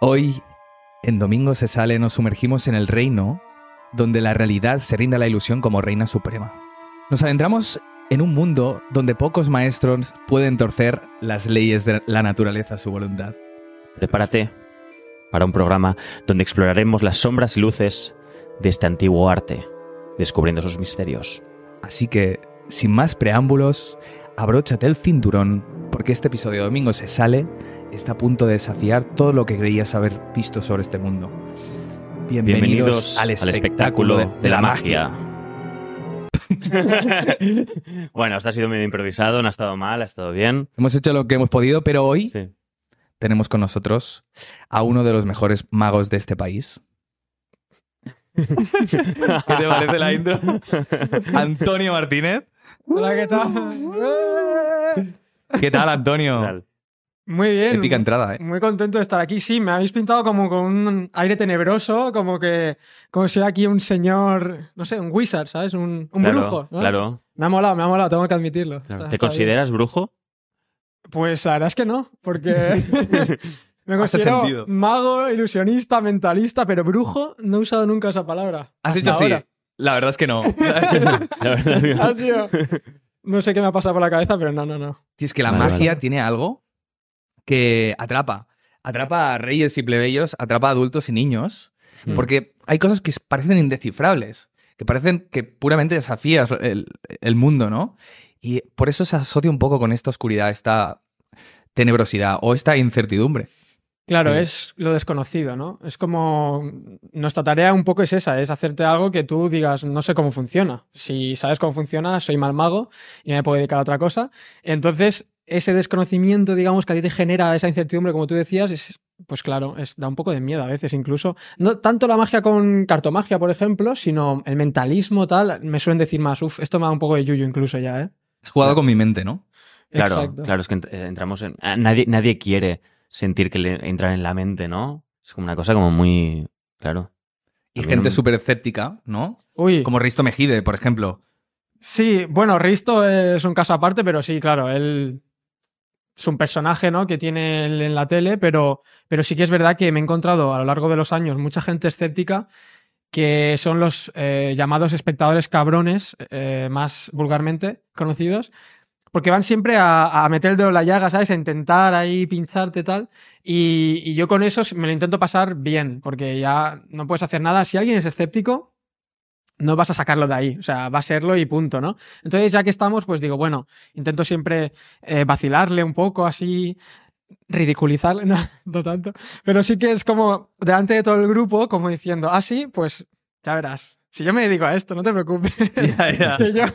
Hoy, en Domingo se sale, nos sumergimos en el reino donde la realidad se rinde a la ilusión como reina suprema. Nos adentramos en un mundo donde pocos maestros pueden torcer las leyes de la naturaleza a su voluntad. Prepárate para un programa donde exploraremos las sombras y luces de este antiguo arte, descubriendo sus misterios. Así que, sin más preámbulos, abróchate el cinturón porque este episodio de domingo se sale, está a punto de desafiar todo lo que creías haber visto sobre este mundo. Bienvenidos, Bienvenidos al, al espectáculo espectáculo de, de la magia. bueno, esto ha sido medio improvisado, no ha estado mal, ha estado bien. Hemos hecho lo que hemos podido, pero hoy Sí. tenemos con nosotros a uno de los mejores magos de este país. ¿Qué te parece la intro? Ah, Antonio Martínez. Hola, ¿qué tal? ¿Qué tal, Antonio? Muy bien. Épica entrada, ¿eh? Muy contento de estar aquí. Sí, me habéis pintado como con un aire tenebroso, como que como si aquí un señor, no sé, un wizard, ¿sabes? Un, un Claro, brujo. ¿no? Claro. Me ha molado, me ha molado, tengo que admitirlo. Está- ¿Te está bien. consideras brujo? Pues la verdad es que no, porque me Hace considero sentido. mago, ilusionista, mentalista, pero brujo no he usado nunca esa palabra. Has Hasta dicho así. ahora. La verdad es que no. La verdad es que no. Ha sido- No sé qué me ha pasado por la cabeza, pero no, no, no. Tío, es que la Vale, magia vale. tiene algo que atrapa. Atrapa a reyes y plebeyos, atrapa a adultos y niños, Mm. porque hay cosas que parecen indescifrables, que parecen que puramente desafías el, el mundo, ¿no? Y por eso se asocia un poco con esta oscuridad, esta tenebrosidad o esta incertidumbre. Claro, Mm. es lo desconocido, ¿no? Es como nuestra tarea un poco es esa, es hacerte algo que tú digas, no sé cómo funciona. Si sabes cómo funciona, soy mal mago y me puedo dedicar a otra cosa. Entonces, ese desconocimiento, digamos, que a ti te genera esa incertidumbre, como tú decías, es, pues claro, es, da un poco de miedo a veces incluso. No tanto la magia con cartomagia, por ejemplo, sino el mentalismo tal, me suelen decir más, uff, esto me da un poco de yuyu incluso ya, ¿eh? Has jugado con mi mente, ¿no? Claro, Exacto. claro, es que ent- eh, entramos en. ah, Nadie, nadie quiere sentir que le entran en la mente, ¿no? Es como una cosa como muy. Claro. Y A mí gente no- súper escéptica, ¿no? Uy. Como Risto Mejide, por ejemplo. Sí, bueno, Risto es un caso aparte, pero sí, claro, él es un personaje, ¿no? Que tiene él en la tele, pero, pero sí que es verdad que me he encontrado a lo largo de los años mucha gente escéptica que son los eh, llamados espectadores cabrones, eh, más vulgarmente conocidos, porque van siempre a, a meter el dedo en la llaga, ¿sabes? A intentar ahí pincharte tal. Y, y yo con eso me lo intento pasar bien, porque ya no puedes hacer nada. Si alguien es escéptico, no vas a sacarlo de ahí. O sea, va a serlo y punto, ¿no? Entonces, ya que estamos, pues digo, bueno, intento siempre eh, vacilarle un poco así, ridiculizarle, no, no tanto. Pero sí que es como delante de todo el grupo, como diciendo, ah, sí, pues ya verás. Si yo me dedico a esto, no te preocupes. que yo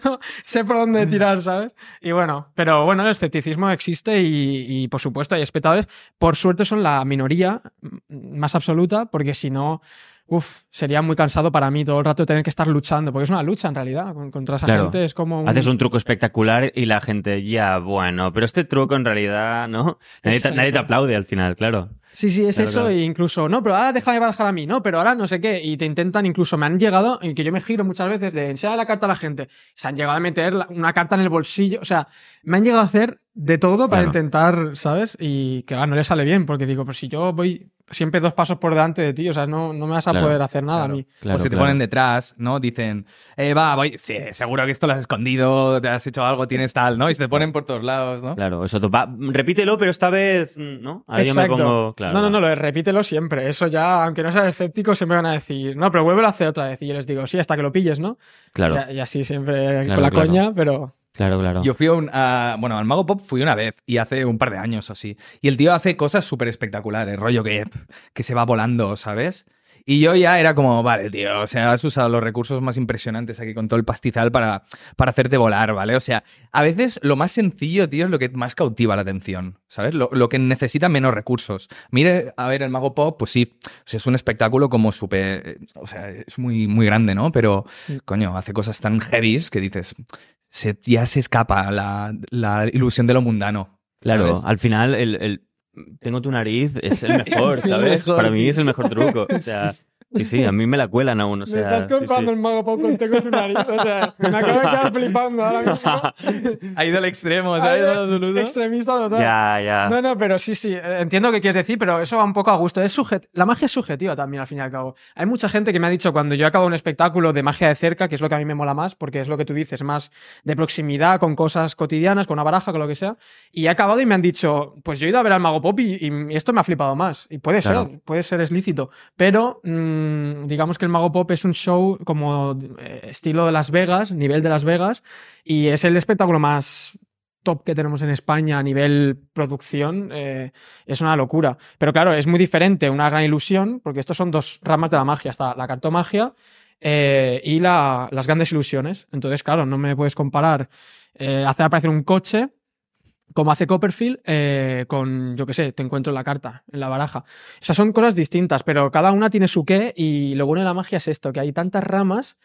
sé por dónde tirar, ¿sabes? Y bueno, pero bueno, el escepticismo existe y, y, por supuesto hay espectadores. Por suerte son la minoría mm, más absoluta, porque si no, uff, sería muy cansado para mí todo el rato tener que estar luchando, porque es una lucha en realidad con- contra esa Claro. gente. Es como un- Haces un truco espectacular y la gente, ya, bueno, pero este truco en realidad, ¿no? Nadie te, Exacto. nadie te aplaude al final, claro. Sí, sí, es Claro, eso, claro. e incluso, no, pero ahora déjame barajar a mí, no, pero ahora no sé qué, y te intentan, incluso me han llegado, en que yo me giro muchas veces de enseñar la carta a la gente, se han llegado a meter la- una carta en el bolsillo, o sea, me han llegado a hacer de todo para Claro. intentar, ¿sabes? Y que ah, no le sale bien, porque digo, pues si yo voy siempre dos pasos por delante de ti, o sea, no, no me vas a Claro, poder hacer nada claro. a mí. claro o si te claro. ponen detrás, ¿no? Dicen, eh, va, voy, sí, seguro que esto lo has escondido, te has hecho algo, tienes tal, ¿no? Y se te ponen por todos lados, ¿no? Claro, eso to- va, repítelo, pero esta vez, mm, ¿no? Ahora yo me Exacto. pongo. Claro. No, no, no, lo de repítelo siempre. Eso ya, aunque no seas escéptico, siempre van a decir, no, pero vuélvelo a hacer otra vez. Y yo les digo, sí, hasta que lo pilles, ¿no? Claro, Y, y así siempre Claro, con la claro. coña, pero claro, claro. Yo fui a un. a- bueno, al Mago Pop fui una vez y hace un par de años o así. Y el tío hace cosas súper espectaculares, rollo que, que se va volando, ¿sabes? Y yo ya era como, vale, tío, o sea, has usado los recursos más impresionantes aquí con todo el pastizal para, para hacerte volar, ¿vale? O sea, a veces lo más sencillo, tío, es lo que más cautiva la atención, ¿sabes? Lo, lo que necesita menos recursos. Mire, a ver, el Mago Pop, pues sí, o sea, es un espectáculo como súper, eh, o sea, es muy, muy grande, ¿no? Pero, coño, hace cosas tan heavies que dices, se- ya se escapa la, la ilusión de lo mundano. Claro, ¿sabes? al final el, el tengo tu nariz es el mejor, Es el ¿sabes? mejor, Para mí tío. es el mejor truco. O sea, Y sí, a mí me la cuelan aún. O Me sea, estás comprando el Mago Pop con Teco en tu nariz. O sea, me acabo de quedar flipando ahora mismo. Ha ido al extremo, Ha ¿sabes? ido Extremista total. Ya, ya. No, no, pero sí, sí, eh, entiendo qué quieres decir, pero eso va un poco a gusto. Es sujet la magia es subjetiva también, al fin y al cabo. Hay mucha gente que me ha dicho cuando yo acabo un espectáculo de magia de cerca, que es lo que a mí me mola más, porque es lo que tú dices, más de proximidad, con cosas cotidianas, con una baraja, con lo que sea. Y he acabado y me han dicho, pues yo he ido a ver al Mago Pop y, y esto me ha flipado más. Y puede Claro. ser, puede ser, es lícito. Pero mm, digamos que el Mago Pop es un show como eh, estilo de Las Vegas, nivel de Las Vegas, y es el espectáculo más top que tenemos en España a nivel producción eh, es una locura. Pero claro, es muy diferente una gran ilusión, porque estos son dos ramas de la magia. Está la cartomagia eh, y la- las grandes ilusiones. Entonces, claro, no me puedes comparar eh, hacer aparecer un coche como hace Copperfield eh, con, yo qué sé, te encuentro en la carta, en la baraja. O sea, son cosas distintas, pero cada una tiene su qué y lo bueno de la magia es esto, que hay tantas ramas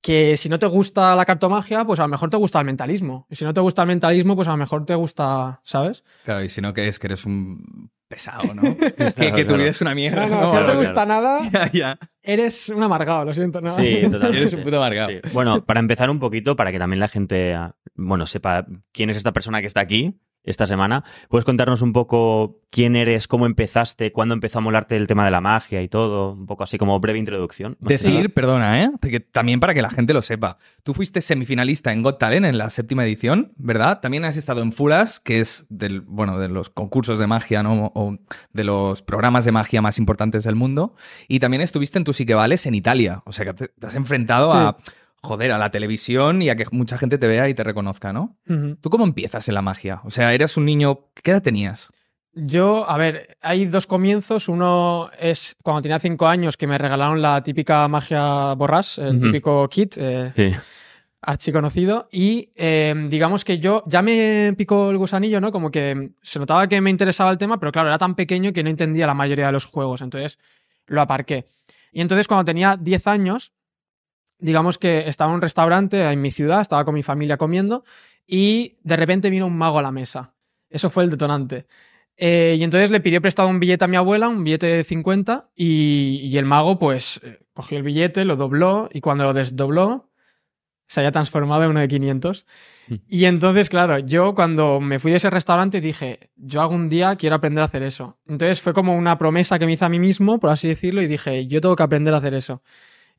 que si no te gusta la cartomagia, pues a lo mejor te gusta el mentalismo. Y si no te gusta el mentalismo, pues a lo mejor te gusta, ¿sabes? Claro, y si no, que es que eres un pesado, ¿no? que que tu claro. vida es una mierda. No, no, ¿no? si no Claro, te gusta nada, Ya, ya. eres un amargado, lo siento. ¿no? Sí, totalmente. Eres un puto amargado. Sí. Bueno, para empezar un poquito, para que también la gente, ah, bueno, sepa quién es esta persona que está aquí esta semana, ¿puedes contarnos un poco quién eres, cómo empezaste, cuándo empezó a molarte el tema de la magia y todo? Un poco así como breve introducción. Más que Decir, nada. perdona, ¿eh? Porque también para que la gente lo sepa. Tú fuiste semifinalista en Got Talent en la séptima edición, ¿verdad? También has estado en Furas, que es del, bueno, de los concursos de magia, ¿no? O de los programas de magia más importantes del mundo. Y también estuviste en Tus y que Vales en Italia. O sea que te, te has enfrentado a, joder, a la televisión y a que mucha gente te vea y te reconozca, ¿no? Ujú. ¿Tú cómo empiezas en la magia? O sea, eras un niño. ¿Qué edad tenías? Yo, a ver, hay dos comienzos. Uno es cuando tenía cinco años que me regalaron la típica magia borrás, el Ujú. típico kit, eh, Sí. archiconocido. Y eh, digamos que yo ya me picó el gusanillo, ¿no? Como que se notaba que me interesaba el tema, pero claro, era tan pequeño que no entendía la mayoría de los juegos. Entonces lo aparqué. Y entonces cuando tenía 10 años, digamos que estaba en un restaurante en mi ciudad, estaba con mi familia comiendo, y de repente vino un mago a la mesa. Eso fue el detonante. Eh, y entonces le pidió prestado un billete a mi abuela, un billete de 50, y, y el mago pues eh, cogió el billete, lo dobló, y cuando lo desdobló, se había transformado en uno de 500. Hmm. Y entonces, claro, yo cuando me fui de ese restaurante dije, yo algún día quiero aprender a hacer eso. Entonces fue como una promesa que me hice a mí mismo, por así decirlo, y dije, yo tengo que aprender a hacer eso.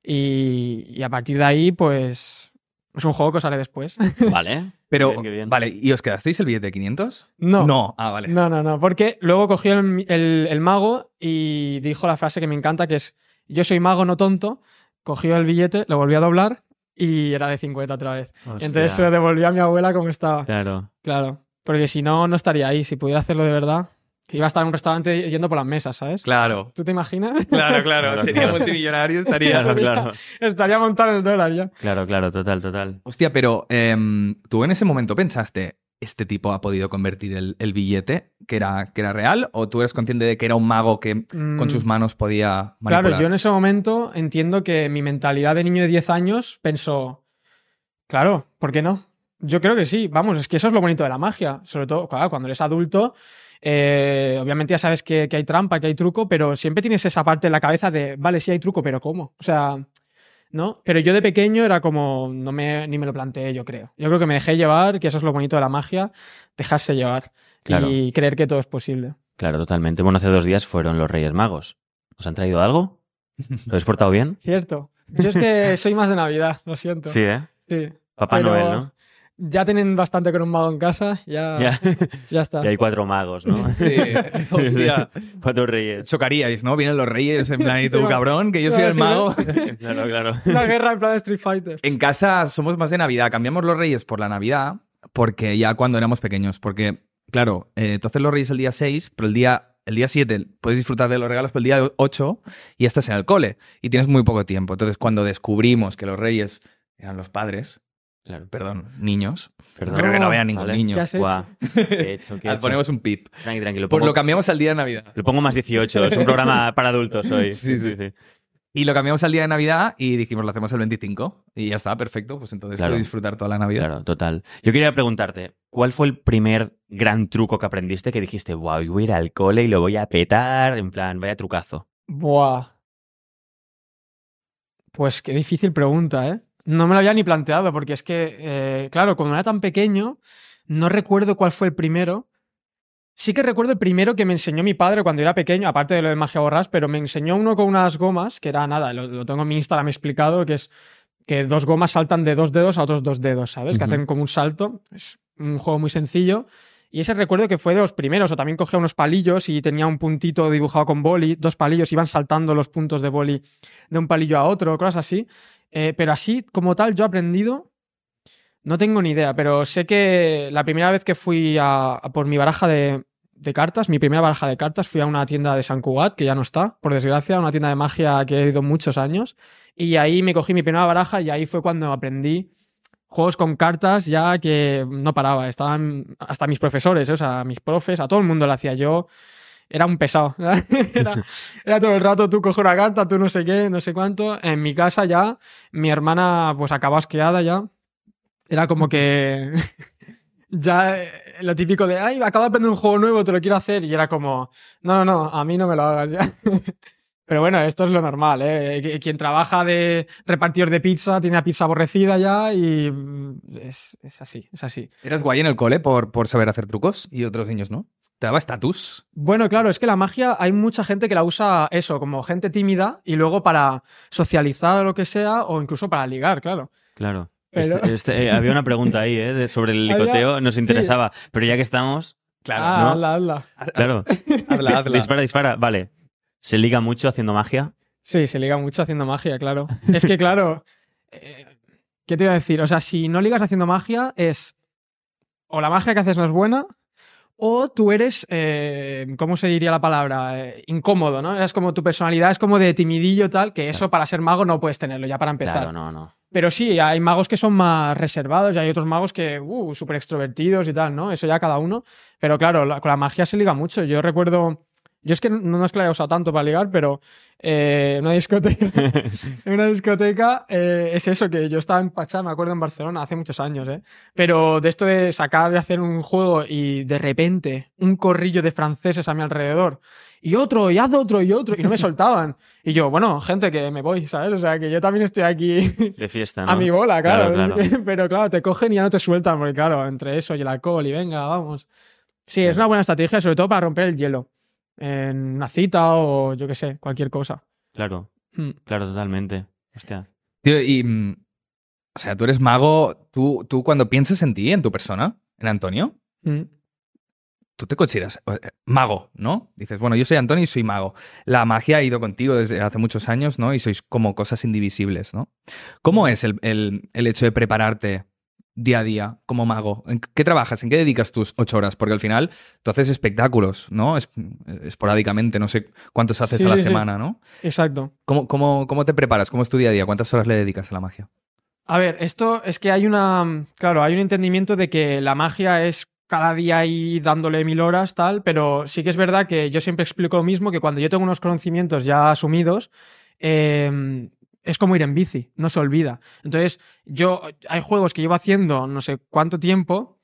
Y, y a partir de ahí, pues es un juego que os haré después. Vale. Pero, Bien, qué bien. vale, ¿y os quedasteis el billete de 500? no. No. Ah, vale. No, no, no, porque luego cogió el, el- el mago y dijo la frase que me encanta, que es, yo soy mago, no tonto, cogió el billete, lo volvió a doblar y era de 50 otra vez. Entonces se lo Hostia, devolvió a mi abuela como estaba. Claro. Claro, porque si no, no estaría ahí. Si pudiera hacerlo de verdad, iba a estar en un restaurante yendo por las mesas, ¿sabes? Claro. ¿Tú te imaginas? Claro, Claro, claro. multimillonario, estaría. Claro, claro. Estaría montado en el dólar ya. Claro, claro, total, total. Hostia, pero em, tú en ese momento pensaste, ¿este tipo ha podido convertir el, el billete que era, que era real? ¿O tú eres consciente de que era un mago que con Mm, sus manos podía manipular? Claro, yo en ese momento entiendo que mi mentalidad de niño de 10 años pensó, claro, ¿por qué no? Yo creo que sí, vamos, es que eso es lo bonito de la magia, sobre todo, claro, cuando eres adulto, eh, obviamente ya sabes que, que hay trampa, que hay truco, pero siempre tienes esa parte en la cabeza de, vale, sí hay truco, pero ¿cómo? O sea, ¿no? Pero yo de pequeño era como, no me, ni me lo planteé, yo creo. Yo creo que me dejé llevar, que eso es lo bonito de la magia, dejarse llevar Claro. y creer que todo es posible. Claro, totalmente. Bueno, hace dos días fueron los Reyes Magos. ¿Os han traído algo? ¿Lo habéis portado bien? Cierto. Yo es que soy más de Navidad, lo siento. Sí, ¿eh? sí. Papá Pero- Noel, ¿no? ya tienen bastante con un mago en casa, ya, ya. Ya. está. Y hay cuatro magos, ¿no? Sí, hostia. cuatro reyes. Chocaríais, ¿no? Vienen los reyes en plan, y tú, cabrón, que yo soy el mago. Claro, claro. Una guerra en plan Street Fighter. En casa somos más de Navidad. Cambiamos los Reyes por la Navidad porque ya cuando éramos pequeños. Porque, claro, eh, entonces los Reyes el día 6, pero el día, el día 7 puedes disfrutar de los regalos, pero el día 8 y estás en el cole y tienes muy poco tiempo. Entonces, cuando descubrimos que los Reyes eran los padres, Claro, perdón, niños, perdón. creo que no había ningún Vale. niño. ¿Qué has hecho? Guau. ¿Qué he hecho? ¿Qué he Ah, hecho? Ponemos un pip. Tranqui, tranqui, lo Pues pongo, lo cambiamos al día de Navidad. lo pongo más 18. Es un programa para adultos hoy. Sí, sí. sí. Y lo cambiamos al día de Navidad y dijimos, lo hacemos el 25. Y ya está, perfecto. Pues entonces Claro. puedes disfrutar toda la Navidad. Claro, total. Yo quería preguntarte, ¿cuál fue el primer gran truco que aprendiste que dijiste, wow, yo voy a ir al cole y lo voy a petar? En plan, vaya trucazo. Buah. Pues qué difícil pregunta, ¿eh? No me lo había ni planteado, porque es que, eh, claro, cuando era tan pequeño, no recuerdo cuál fue el primero. Sí que recuerdo el primero que me enseñó mi padre cuando era pequeño, aparte de lo de magia borras, pero me enseñó uno con unas gomas, que era nada, lo, lo tengo en mi Instagram explicado, que es que dos gomas saltan de dos dedos a otros dos dedos, ¿sabes? Que Ujú. hacen como un salto. Es un juego muy sencillo. Y ese recuerdo que fue de los primeros, o también cogía unos palillos y tenía un puntito dibujado con boli, dos palillos, iban saltando los puntos de boli de un palillo a otro, cosas así. Eh, pero así, como tal, yo he aprendido, no tengo ni idea, pero sé que la primera vez que fui a, a por mi baraja de, de cartas, mi primera baraja de cartas, fui a una tienda de San Cugat, que ya no está, por desgracia, una tienda de magia que he ido muchos años, y ahí me cogí mi primera baraja y ahí fue cuando aprendí juegos con cartas ya que no paraba, estaban hasta mis profesores, ¿eh? o sea, a mis profes, a todo el mundo lo hacía yo. Era un pesado. Era, era todo el rato tú coges una carta, tú no sé qué, no sé cuánto. En mi casa ya, mi hermana pues acababa asqueada ya. Era como que ya eh, lo típico de, ay, acabo de aprender un juego nuevo, te lo quiero hacer. Y era como, no, no, no, a mí no me lo hagas ya. Pero bueno, esto es lo normal, ¿eh? Qu- Quien trabaja de repartidor de pizza tiene la pizza aborrecida ya y mm, es, es así, es así. ¿Eras guay en el cole por, por saber hacer trucos y otros niños no? ¿Te daba estatus? Bueno, claro, es que la magia hay mucha gente que la usa eso, como gente tímida y luego para socializar o lo que sea o incluso para ligar, claro. Claro. Pero- Este- este, eh, había una pregunta ahí, ¿eh? de- sobre el Había- licoteo, nos interesaba. Pero ya que estamos, ah, ¿no? hazla, hazla. claro, Habla, habla. dispara, dispara, vale. Se liga mucho haciendo magia. Sí, se liga mucho haciendo magia, claro. Es que, claro, eh, ¿qué te iba a decir? O sea, si no ligas haciendo magia, es o la magia que haces no es buena, o tú eres, eh, ¿cómo se diría la palabra? Eh, incómodo, ¿no? Es como tu personalidad es como de timidillo tal, que eso para ser mago no puedes tenerlo, ya para empezar. Claro, no, no. Pero sí, hay magos que son más reservados y hay otros magos que, uh, súper extrovertidos y tal, ¿no? Eso ya cada uno. Pero claro, la- con la magia se liga mucho. Yo recuerdo. Yo es que no, no es que la haya usado tanto para ligar, pero eh, en una discoteca. en una discoteca eh, es eso, que yo estaba en Pachá, me acuerdo en Barcelona, hace muchos años, ¿eh? Pero de esto de sacar y hacer un juego y de repente un corrillo de franceses a mi alrededor y otro, y haz otro, y otro, y no me soltaban. Y yo, bueno, gente, que me voy, ¿sabes? O sea, que yo también estoy aquí De fiesta, ¿no? a mi bola, claro. Claro, es que- pero claro, te cogen y ya no te sueltan, porque claro, entre eso y el alcohol y venga, vamos. Sí, es Claro. una buena estrategia, sobre todo para romper el hielo. En una cita o yo qué sé, cualquier cosa. Claro, Hmm. claro, totalmente. Hostia. Tío, y. mm, O sea, tú eres mago. Tú, tú cuando piensas en ti, en tu persona, en Antonio, Mm. tú te consideras eh, mago, ¿no? Dices, bueno, yo soy Antonio y soy mago. La magia ha ido contigo desde hace muchos años, ¿no? Y sois como cosas indivisibles, ¿no? Mm. ¿Cómo es el, el- el hecho de prepararte día a día como mago? ¿En qué trabajas? ¿En qué dedicas tus ocho horas? Porque al final tú haces espectáculos, ¿no? Es- eh, esporádicamente, no sé cuántos haces Sí, a la sí, sí. semana, ¿no? Exacto. ¿Cómo, cómo, ¿Cómo te preparas? ¿Cómo es tu día a día? ¿Cuántas horas le dedicas a la magia? A ver, esto es que hay una. mm, Claro, hay un entendimiento de que la magia es cada día ahí dándole mil horas, tal, pero sí que es verdad que yo siempre explico lo mismo, que cuando yo tengo unos conocimientos ya asumidos, eh, es como ir en bici, no se olvida. Entonces, yo. Hay juegos que llevo haciendo no sé cuánto tiempo.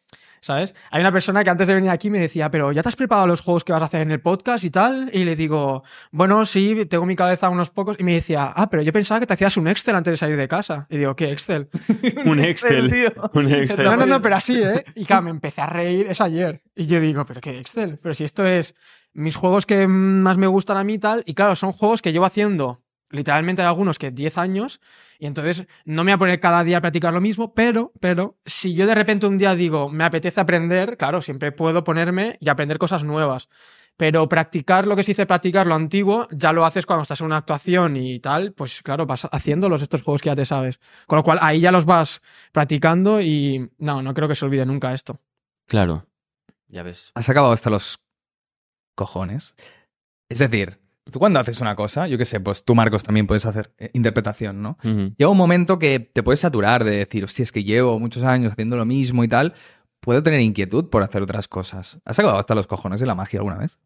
¿Sabes? Hay una persona que antes de venir aquí me decía, pero ya te has preparado los juegos que vas a hacer en el podcast y tal. Y le digo, bueno, sí, tengo en mi cabeza unos pocos. Y me decía, ah, pero yo pensaba que te hacías un Excel antes de salir de casa. Y digo, ¿qué Excel? Un Excel. Un Excel. No, no, no, pero así, ¿eh? Y claro, me empecé a reír, es ayer. Y yo digo, ¿pero qué Excel? Pero si esto es mis juegos que más me gustan a mí y tal. Y claro, son juegos que llevo haciendo literalmente hay algunos que 10 años. Y entonces no me voy a poner cada día a practicar lo mismo, pero, pero, si yo de repente un día digo, me apetece aprender, claro, siempre puedo ponerme y aprender cosas nuevas. Pero practicar lo que se dice practicar lo antiguo, ya lo haces cuando estás en una actuación y tal, pues claro, vas haciéndolos estos juegos que ya te sabes. Con lo cual ahí ya los vas practicando y no, no creo que se olvide nunca esto. Claro. Ya ves. has acabado hasta los cojones. Es decir, tú cuando haces una cosa, yo qué sé, pues tú, Marcos, también puedes hacer eh, interpretación, ¿no? Ujú. Llega un momento que te puedes saturar de decir, hostia, es que llevo muchos años haciendo lo mismo y tal. Puedo tener inquietud por hacer otras cosas. ¿Has acabado hasta los cojones de la magia alguna vez?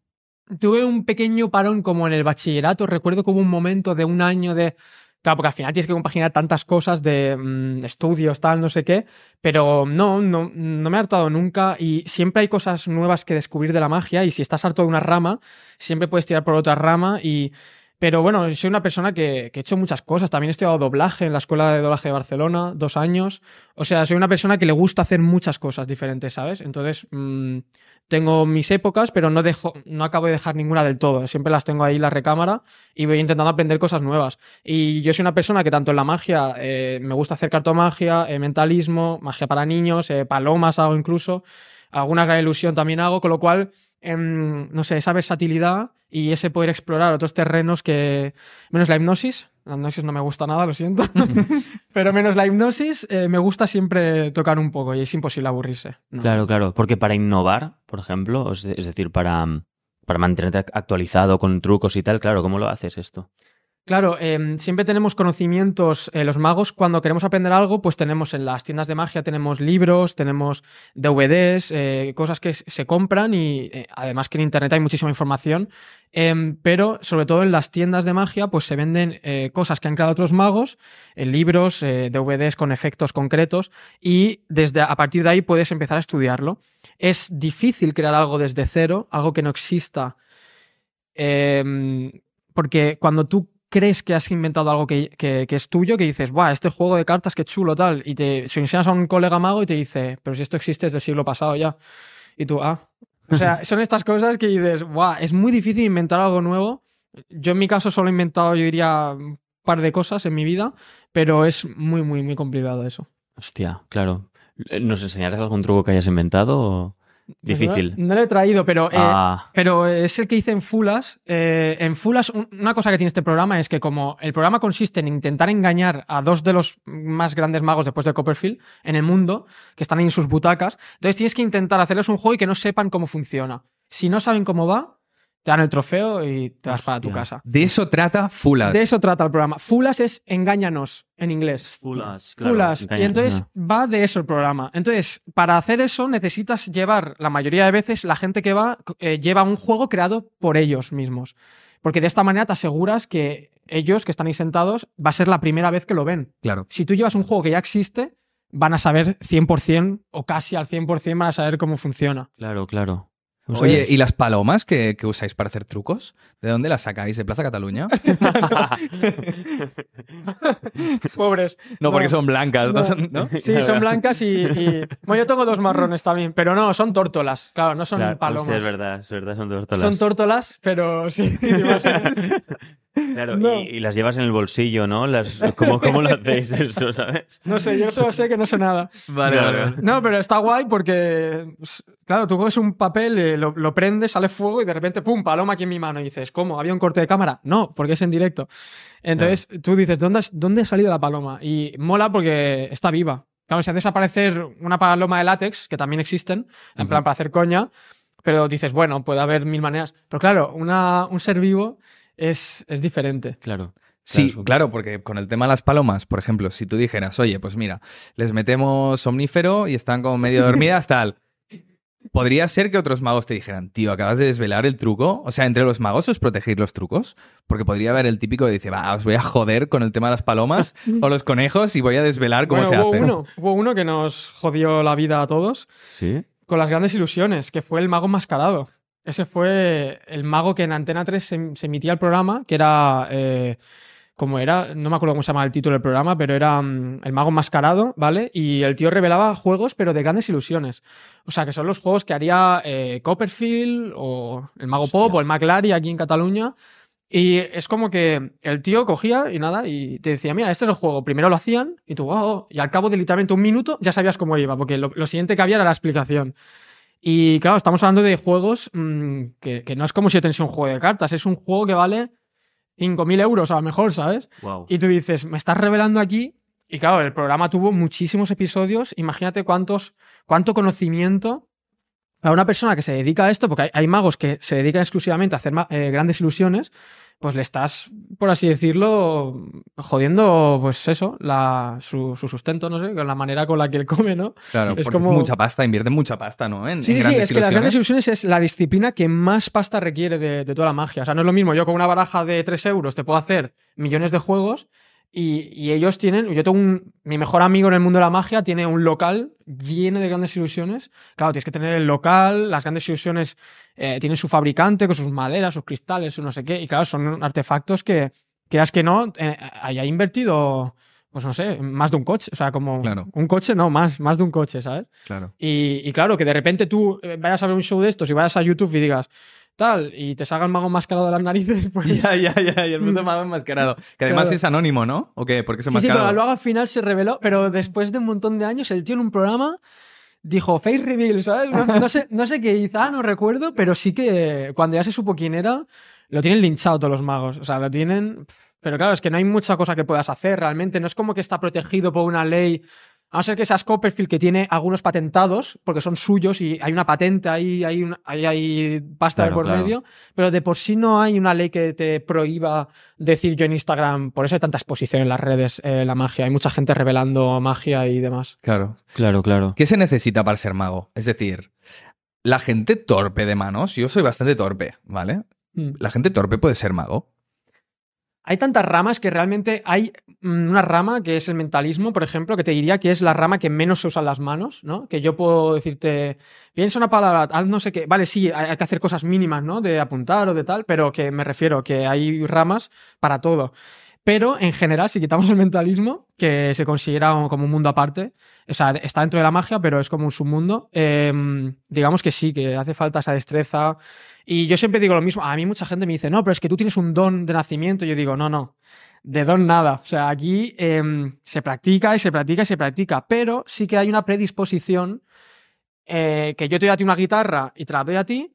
Tuve un pequeño parón como en el bachillerato, recuerdo que hubo un momento de un año de... Claro, porque al final tienes que compaginar tantas cosas de mm, estudios, tal, no sé qué, pero no, no, no me he hartado nunca y siempre hay cosas nuevas que descubrir de la magia y si estás harto de una rama, siempre puedes tirar por otra rama y Pero bueno, soy una persona que, que he hecho muchas cosas. También he estudiado doblaje en la Escuela de Doblaje de Barcelona, dos años. O sea, soy una persona que le gusta hacer muchas cosas diferentes, ¿sabes? Entonces, mm, tengo mis épocas, pero no, dejo, no acabo de dejar ninguna del todo. Siempre las tengo ahí en la recámara y voy intentando aprender cosas nuevas. Y yo soy una persona que tanto en la magia, eh, me gusta hacer cartomagia, eh, mentalismo, magia para niños, eh, palomas hago incluso, alguna gran ilusión también hago, con lo cual, em, no sé, esa versatilidad y ese poder explorar otros terrenos que... Menos la hipnosis, la hipnosis no me gusta nada, lo siento, pero menos la hipnosis, eh, me gusta siempre tocar un poco y es imposible aburrirse. ¿no? Claro, claro. Porque para innovar, por ejemplo, o es de- es decir, para, para mantenerte ac- actualizado con trucos y tal, claro, ¿cómo lo haces esto? Claro, em, siempre tenemos conocimientos, eh, los magos, cuando queremos aprender algo, pues tenemos en las tiendas de magia, tenemos libros, tenemos DVDs, eh, cosas que s- se compran y eh, además que en Internet hay muchísima información, Em, pero sobre todo en las tiendas de magia, pues se venden eh, cosas que han creado otros magos, eh, libros, eh, DVDs con efectos concretos y desde a partir de ahí puedes empezar a estudiarlo. Es difícil crear algo desde cero, algo que no exista. Em, porque cuando tú crees que has inventado algo que, que- que es tuyo, que dices, ¡buah, este juego de cartas, qué chulo, tal! Y te se lo enseñas a un colega mago y te dice, pero si esto existe desde el siglo pasado ya. Y tú, ah. O sea, son estas cosas que dices, ¡buah, es muy difícil inventar algo nuevo! Yo en mi caso solo he inventado, yo diría, un par de cosas en mi vida, pero es muy, muy, muy complicado eso. Hostia, claro. Eh, ¿Nos enseñarás algún truco que hayas inventado? o- Difícil. No, lo he traído, pero... eh, Ah, Pero es el que hice en Fulas. Eh, en Fulas, un- una cosa que tiene este programa es que como el programa consiste en intentar engañar a dos de los más grandes magos después de Copperfield en el mundo, que están ahí en sus butacas, entonces tienes que intentar hacerles un juego y que no sepan cómo funciona. Si no saben cómo va, te dan el trofeo y te vas para tu Hostia. casa. De eso trata Fulas. De eso trata el programa. Fulas es engáñanos en inglés. fulas, Fulas. Y entonces va de eso el programa. Entonces, para hacer eso necesitas llevar, la mayoría de veces, la gente que va eh, lleva un juego creado por ellos mismos. Porque de esta manera te aseguras que ellos que están ahí sentados va a ser la primera vez que lo ven. Claro. Si tú llevas un juego que ya existe, van a saber 100% o casi al 100% van a saber cómo funciona. Claro, claro. Hostia, Oye, ¿y las palomas que, que usáis para hacer trucos? ¿De dónde las sacáis? ¿De Plaza Cataluña? Pobres. No, porque No. son blancas, no No. son- ¿no? Sí, son blancas y, y- Bueno, yo tengo dos marrones también, pero no, son tórtolas. Claro, no son claro, hostia, palomas. es verdad, es verdad, son tórtolas. Son tórtolas, pero sí, ¿te imaginas? Claro, No. y, y las llevas en el bolsillo, ¿no? Las, ¿cómo, ¿Cómo lo hacéis eso, sabes? No sé, yo solo sé que no sé nada. Vale, No, vale, no. vale. No, pero está guay porque, pues, claro, tú coges un papel, eh, lo, lo prendes, sale fuego y de repente, ¡pum!, paloma aquí en mi mano. Y dices, ¿cómo? ¿Había un corte de cámara? No, porque es en directo. Entonces tú dices, ¿dónde, has- ¿dónde ha salido la paloma? Y mola porque está viva. Claro, si haces aparecer una paloma de látex, que también existen, en Ujú. plan para hacer coña, pero dices, bueno, puede haber mil maneras. Pero claro, una, un ser vivo es, es diferente. Claro. Sí, Claro, claro, porque con el tema de las palomas, por ejemplo, si tú dijeras, oye, pues mira, les metemos somnífero y están como medio dormidas, tal. Podría ser que otros magos te dijeran, tío, acabas de desvelar el truco. O sea, entre los magos os protegéis los trucos. Porque podría haber el típico que dice, va, os voy a joder con el tema de las palomas o los conejos y voy a desvelar cómo Bueno, se hubo hace. uno, hubo uno que nos jodió la vida a todos, ¿Sí? con las grandes ilusiones, que fue el mago enmascarado. Ese fue el mago que en Antena 3 se, se emitía el programa, que era. eh, como era, no me acuerdo cómo se llamaba el título del programa, pero era mm, el mago enmascarado, ¿vale? Y el tío revelaba juegos, pero de grandes ilusiones. O sea, que son los juegos que haría eh, Copperfield o el mago Hostia. Pop o el McLary aquí en Cataluña. Y es como que el tío cogía y nada, y te decía, mira, este es el juego. Primero lo hacían y tú, wow, y al cabo de literalmente un minuto ya sabías cómo iba, porque lo, lo siguiente que había era la explicación. Y claro, estamos hablando de juegos mm, que, que no es como si yo tenés un juego de cartas, es un juego que vale 5.000 euros a lo mejor, ¿sabes? Wow. Y tú dices, me estás revelando aquí. Y claro, el programa tuvo muchísimos episodios. Imagínate cuántos, cuánto conocimiento para una persona que se dedica a esto, porque hay, hay magos que se dedican exclusivamente a hacer ma- eh, grandes ilusiones, pues le estás, por así decirlo, jodiendo, pues eso, la, su, su sustento, no sé, con la manera con la que él come, ¿no? Claro, Es porque es como- mucha pasta, invierten mucha pasta, ¿no? En, Sí, en sí, sí, grandes es que las grandes ilusiones. ilusiones es la disciplina que más pasta requiere de, de toda la magia. O sea, no es lo mismo. Yo con una baraja de 3 euros te puedo hacer millones de juegos Y, y ellos tienen, yo tengo un, mi mejor amigo en el mundo de la magia tiene un local lleno de grandes ilusiones. Claro, tienes que tener el local, las grandes ilusiones eh, tienen su fabricante con sus maderas, sus cristales, su no sé qué. Y claro, son artefactos que, creas que no, eh, haya invertido, pues no sé, más de un coche. O sea, como Claro. un coche, no, más, más de un coche, ¿sabes? Claro. Y, y claro, que de repente tú eh, vayas a ver un show de estos y vayas a YouTube y digas tal, y te salga el mago mascarado de las narices, pues. Ya, ya, ya, y el mundo más enmascarado. Que además Mm. Claro. es anónimo, ¿no? ¿O qué? ¿Por qué se Sí, sí, enmascarado? pero luego al final se reveló, pero después de un montón de años, el tío en un programa dijo face reveal, ¿sabes? No, no sé, no sé qué hizo, ah, no recuerdo, pero sí que cuando ya se supo quién era, lo tienen linchado todos los magos. O sea, lo tienen. pf, Pero claro, es que no hay mucha cosa que puedas hacer realmente. No es como que está protegido por una ley. A no ser que seas Copperfield que tiene algunos patentados, porque son suyos y hay una patente ahí, hay, una- ahí hay pasta de Claro, por claro. medio, pero de por sí no hay una ley que te prohíba decir yo en Instagram. Por eso hay tanta exposición en las redes, eh, la magia. Hay mucha gente revelando magia y demás. Claro. Claro, claro. ¿Qué se necesita para ser mago? Es decir, la gente torpe de manos, yo soy bastante torpe, ¿vale? Mm. La gente torpe puede ser mago. Hay tantas ramas que realmente hay mm, una rama que es el mentalismo, por ejemplo, que te diría que es la rama que menos se usan las manos, ¿no? Que yo puedo decirte, piensa una palabra, haz no sé qué. Vale, sí, hay hay que hacer cosas mínimas, ¿no? De apuntar o de tal, pero que me refiero que hay ramas para todo. Pero en general, si quitamos el mentalismo, que se considera un- como un mundo aparte, o sea, de- está dentro de la magia, pero es como un submundo, em, digamos que sí, que hace falta esa destreza. Y yo siempre digo lo mismo, a mí mucha gente me dice, no, pero es que tú tienes un don de nacimiento, y yo digo, no, no, de don nada. O sea, aquí em, se practica y se practica y se practica, pero sí que hay una predisposición eh, que yo te doy a ti una guitarra y te la doy a ti,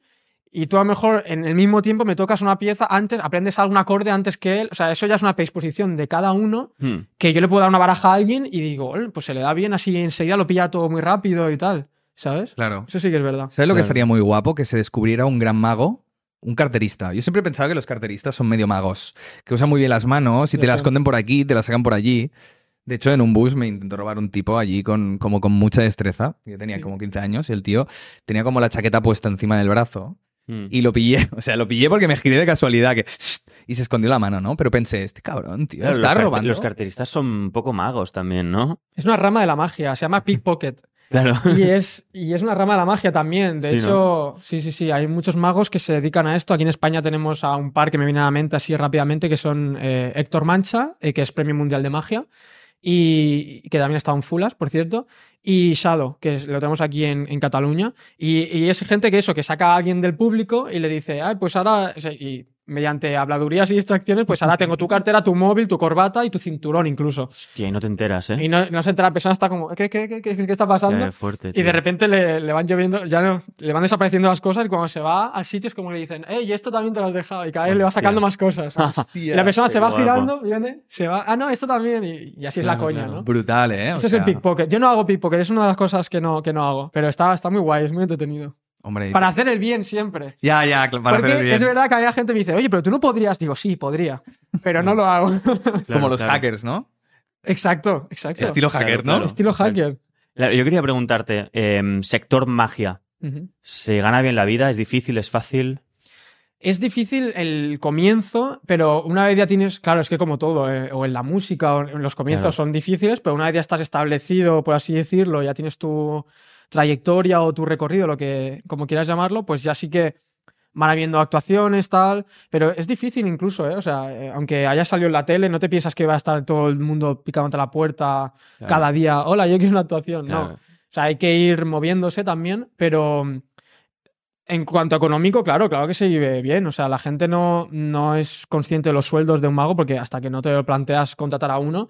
y tú a lo mejor en el mismo tiempo me tocas una pieza antes, aprendes algún acorde antes que él. O sea, eso ya es una predisposición de cada uno Hmm. que yo le puedo dar una baraja a alguien y digo, "Ol, pues se le da bien así enseguida, lo pilla todo muy rápido y tal. ¿Sabes? Claro. Eso sí que es verdad. ¿Sabes lo que Claro. sería muy guapo? Que se descubriera un gran mago, un carterista. Yo siempre he pensado que los carteristas son medio magos, que usan muy bien las manos y Lo te las son. esconden por aquí, te las sacan por allí. De hecho, en un bus me intentó robar un tipo allí con, como con mucha destreza. Yo tenía Sí. como 15 años y el tío tenía como la chaqueta puesta encima del brazo. Hmm. Y lo pillé, o sea, lo pillé porque me giré de casualidad que y se escondió la mano, ¿no? Pero pensé, este cabrón, tío, Claro, los está carte- robando. Los carteristas son un poco magos también, ¿no? Es una rama de la magia, se llama pickpocket. Claro. Y es, y es una rama de la magia también. De Sí, hecho, sí, sí, sí, hay muchos magos que se dedican a esto. Aquí en España tenemos a un par que me viene a la mente así rápidamente, que son eh, Héctor Mancha, eh, que es Premio Mundial de Magia, y y que también está en Fulas, por cierto, y Shadow, que es- lo tenemos aquí en, en Cataluña. Y, y es gente que eso, que saca a alguien del público y le dice, ay, pues ahora... o sea, y, Mediante habladurías y distracciones, pues ahora tengo tu cartera, tu móvil, tu corbata y tu cinturón incluso. Hostia, y no te enteras, ¿eh? Y no, no se entera la persona, está como, ¿qué, qué, qué, qué, qué está pasando? Ya, eh, fuerte. Y tío. de repente le, le van lloviendo, ya no, le van desapareciendo las cosas y cuando se va al sitio es como que le dicen, hey, esto también te lo has dejado y cada vez le va sacando Hostia. más cosas. Y la persona se va guapo. girando, viene, se va, ah, no, esto también y, y así es la Claro, coña, claro. ¿no? Brutal, ¿eh? O sea, Ese es el pickpocket. Yo no hago pickpocket, es una de las cosas que no, que no hago, pero está, está muy guay, es muy entretenido. Hombre, Para hacer el bien siempre. ya, ya, cl- para Porque hacer el bien. es verdad que a mí la gente me dice, oye, pero tú no podrías. Digo, sí, podría, pero Mm. no lo hago. Claro, como los claro. hackers, ¿no? exacto, exacto. Estilo Claro, hacker, ¿no? claro. Estilo hacker. Claro, Yo quería preguntarte, em, sector magia, Ujú. ¿se gana bien la vida? ¿Es difícil? ¿Es fácil? Es difícil el comienzo, pero una vez ya tienes, claro, es que como todo, eh, o en la música, o en los comienzos Claro. son difíciles, pero una vez ya estás establecido, por así decirlo, ya tienes tu trayectoria o tu recorrido, lo que como quieras llamarlo, pues ya sí que van habiendo actuaciones, tal, pero es difícil incluso, ¿eh? o sea, eh, aunque haya salido en la tele, no te piensas que va a estar todo el mundo picándote la puerta cada día, hola, yo quiero una actuación, no. Claro. O sea, hay que ir moviéndose también, pero mm, en cuanto a económico, claro, claro que se vive bien. O sea, la gente no, no es consciente de los sueldos de un mago porque hasta que no te lo planteas contratar a uno,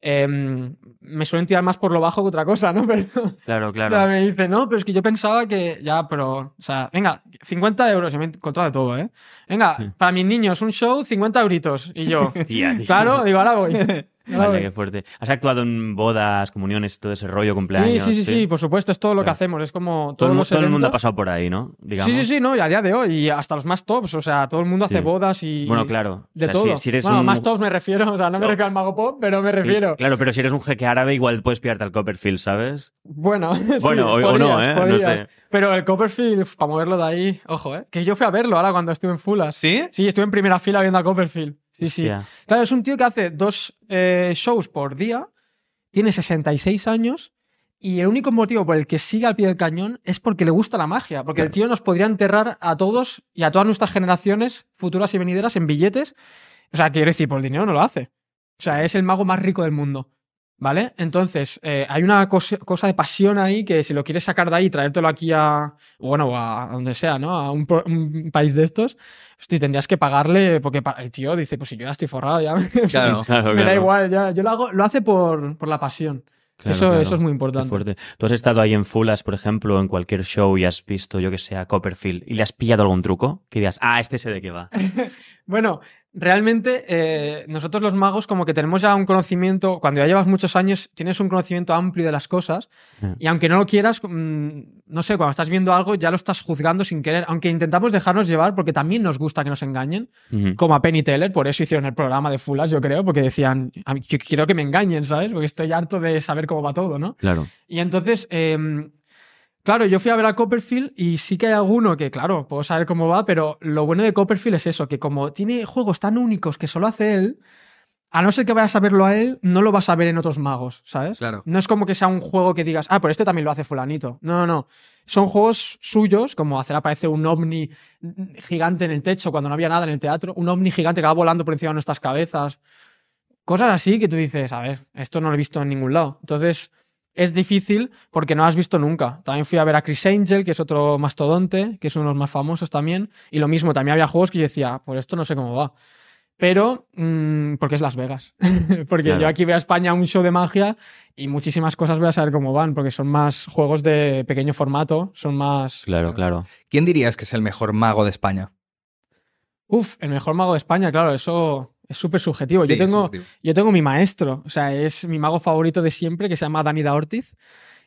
em, me suelen tirar más por lo bajo que otra cosa, ¿no? Pero Claro, claro. o sea, me dice, no, pero es que yo pensaba que ya, pero, o sea, venga, 50 euros, yo me he encontrado de todo, ¿eh? Venga, Sí. para mis niños un show, 50 euritos. Y yo, Tía, tío. claro, digo, ahora voy. ahora Vale, voy". qué fuerte. ¿Has actuado en bodas, comuniones, todo ese rollo, cumpleaños? sí, sí, sí, sí, por supuesto, es todo lo que Claro. hacemos, es Todo, como el, todos mu- los todo el mundo ha eventos. pasado por ahí, ¿no? Digamos. Sí, sí, sí, no, y a día de hoy, y hasta los más tops, o sea, todo el mundo Sí. hace bodas y. Bueno, claro. De o sea, todo. Si, si eres bueno, un... más tops me refiero, o sea, no me So- refiero al Mago Pop, pero me refiero. Claro, pero si eres un jeque árabe, igual puedes pillarte al Copperfield, ¿sabes? Bueno, sí, Bueno, o- o no, podrías, ¿eh? No podrías. sé. Pero el Copperfield, uf, para moverlo de ahí, ojo, ¿eh? Que yo fui a verlo ahora cuando estuve en Fulas. ¿Sí? Sí, estuve en primera fila viendo a Copperfield. Sí, sí. Hostia. Claro, es un tío que hace dos eh, shows por día, tiene 66 años y el único motivo por el que sigue al pie del cañón es porque le gusta la magia, porque el Claro. tío nos podría enterrar a todos y a todas nuestras generaciones futuras y venideras en billetes. O sea, quiero decir, por el dinero no lo hace. O sea, es el mago más rico del mundo. ¿Vale? Entonces, eh, hay una cosa, cosa de pasión ahí que si lo quieres sacar de ahí y traértelo aquí a. Bueno, o a donde sea, ¿no? A un, pro- un país de estos, hostia, tendrías que pagarle, porque pa- el tío dice, pues si yo ya estoy forrado, ya. me- Claro. Claro, Me da claro. igual, ya. Yo lo hago, lo hace por, por la pasión. Claro, eso, claro. eso es muy Qué importante. fuerte. Tú has estado ahí en Fulas, por ejemplo, o en cualquier show y has visto, yo que sé, a Copperfield y le has pillado algún truco que digas, ah, este sé de qué va. Bueno, realmente eh, nosotros los magos como que tenemos ya un conocimiento, cuando ya llevas muchos años, tienes un conocimiento amplio de las cosas Mm. y aunque no lo quieras, mm, no sé, cuando estás viendo algo ya lo estás juzgando sin querer, aunque intentamos dejarnos llevar porque también nos gusta que nos engañen, Ujú. como a Penny Teller, por eso hicieron el programa de Fulas, yo creo, porque decían, "A mí- yo quiero que me engañen, ¿sabes? Porque estoy harto de saber cómo va todo, ¿no? Claro. Y entonces, em, claro, yo fui a ver a Copperfield y sí que hay alguno que, claro, puedo saber cómo va, pero lo bueno de Copperfield es eso, que como tiene juegos tan únicos que solo hace él, a no ser que vayas a verlo a él, no lo vas a ver en otros magos, ¿sabes? Claro. No es como que sea un juego que digas, ah, pero este también lo hace fulanito. No, no, no. Son juegos suyos, como hacer aparecer un ovni gigante en el techo cuando no había nada en el teatro, un ovni gigante que va volando por encima de nuestras cabezas. Cosas así que tú dices, a ver, esto no lo he visto en ningún lado. Entonces, es difícil porque no lo has visto nunca. También fui a ver a Chris Angel, que es otro mastodonte, que es uno de los más famosos también. Y lo mismo, también había juegos que yo decía, pues esto no sé cómo va. Pero, mm, porque es Las Vegas. porque Claro. yo aquí veo a España un show de magia y muchísimas cosas voy a saber cómo van, porque son más juegos de pequeño formato, son más... Claro, claro. ¿Quién dirías que es el mejor mago de España? Uf, el mejor mago de España, claro, eso es súper subjetivo. Pues Yo Sí, tengo... subjetivo. Yo tengo mi maestro, o sea, es mi mago favorito de siempre, que se llama Danida Ortiz,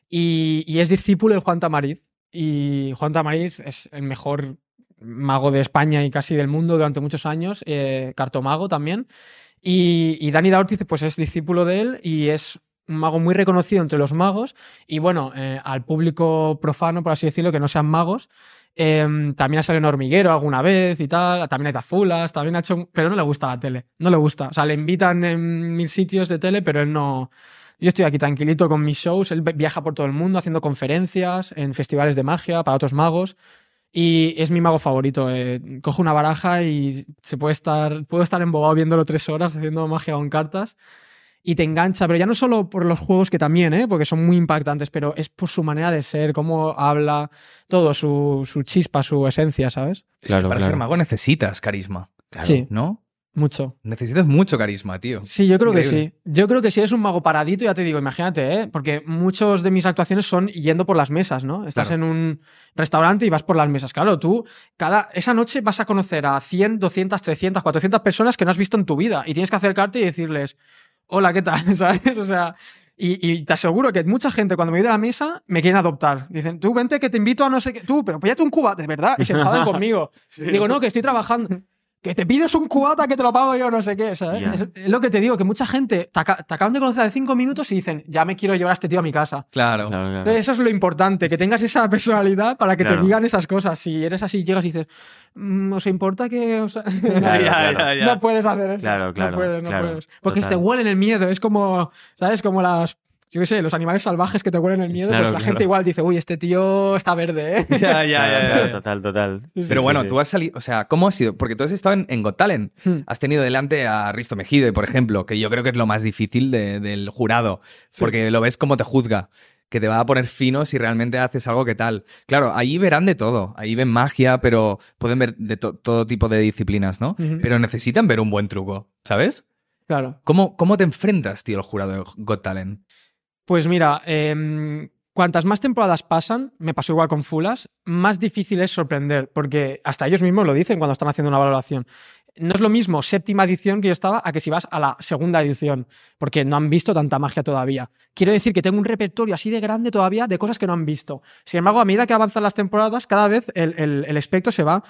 y, y es discípulo de Juan Tamariz. Y Juan Tamariz es el mejor mago de España y casi del mundo durante muchos años, eh, cartomago también. Y, y Danida Ortiz, pues es discípulo de él y es un mago muy reconocido entre los magos. Y bueno, eh, al público profano, por así decirlo, que no sean magos. eh, también ha salido en Hormiguero alguna vez y tal, también hay tafulas, también ha hecho... Pero no le gusta la tele, no le gusta. O sea, le invitan en mil sitios de tele, pero él no... Yo estoy aquí tranquilito con mis shows, él viaja por todo el mundo haciendo conferencias, en festivales de magia para otros magos. Y es mi mago favorito. eh, cojo una baraja y se puede estar, puedo estar embobado viéndolo tres horas haciendo magia con cartas. Y te engancha, pero ya no solo por los juegos que también, ¿eh? porque son muy impactantes, pero es por su manera de ser, cómo habla, todo, su, su chispa, su esencia, ¿sabes? Es que Claro, para claro. ser mago necesitas carisma, Sí, ¿no? mucho. Necesitas mucho carisma, tío. Sí, yo creo que sí. Increíble. Yo creo que si eres un mago paradito, ya te digo, imagínate, ¿eh? porque muchos de mis actuaciones son yendo por las mesas, ¿no? Estás Claro. en un restaurante y vas por las mesas. Claro, tú cada esa noche vas a conocer a 100, 200, 300, 400 personas que no has visto en tu vida y tienes que acercarte y decirles, hola, ¿qué tal? ¿Sabes? O sea, y, y te aseguro que mucha gente cuando me voy de la mesa me quieren adoptar. Dicen, tú vente que te invito a no sé qué. Tú, pero píllate un cubata, de verdad. Y se enfadan conmigo. Digo, no, que estoy trabajando. Que te pides un cubata que te lo pago yo, no sé qué. ¿sabes? Ya. Es, es lo que te digo, que mucha gente te, aca- te acaban de conocer hace cinco minutos y dicen, ya me quiero llevar a este tío a mi casa. Claro. Claro, claro. Entonces, eso es lo importante, que tengas esa personalidad para que Claro. te digan esas cosas. Si eres así, llegas y dices, "Mm, ¿os importa que.? os-" Claro, No, claro. No puedes hacer eso. Claro, claro, No puedes, no claro. puedes. Porque Total. te huelen el miedo. Es como, ¿sabes? Como las. Yo qué sé, los animales salvajes que te huelen el miedo, Claro, pues la claro. gente igual dice, uy, este tío está verde, ¿eh? Ya, ya, Claro, ya, ya, claro, ya. total, total. Sí, Pero sí, bueno, sí. tú has salido, o sea, ¿cómo has sido? Porque tú has estado en, en Got Talent. Hmm. Has tenido delante a Risto Mejide, por ejemplo, que yo creo que es lo más difícil de- del jurado, porque lo ves como te juzga, que te va a poner fino si realmente haces algo que tal. Claro, ahí verán de todo, ahí ven magia, pero pueden ver de to- todo tipo de disciplinas, ¿no? Ujú. Pero necesitan ver un buen truco, ¿sabes? Claro. ¿Cómo, cómo te enfrentas, tío, al jurado de Got Talent? Pues mira, em, cuantas más temporadas pasan, me pasó igual con Fulas, más difícil es sorprender, porque hasta ellos mismos lo dicen cuando están haciendo una valoración. No es lo mismo séptima edición que yo estaba a que si vas a la segunda edición, porque no han visto tanta magia todavía. Quiero decir que tengo un repertorio así de grande todavía de cosas que no han visto. Sin embargo, a medida que avanzan las temporadas, cada vez el, el- el espectro se va,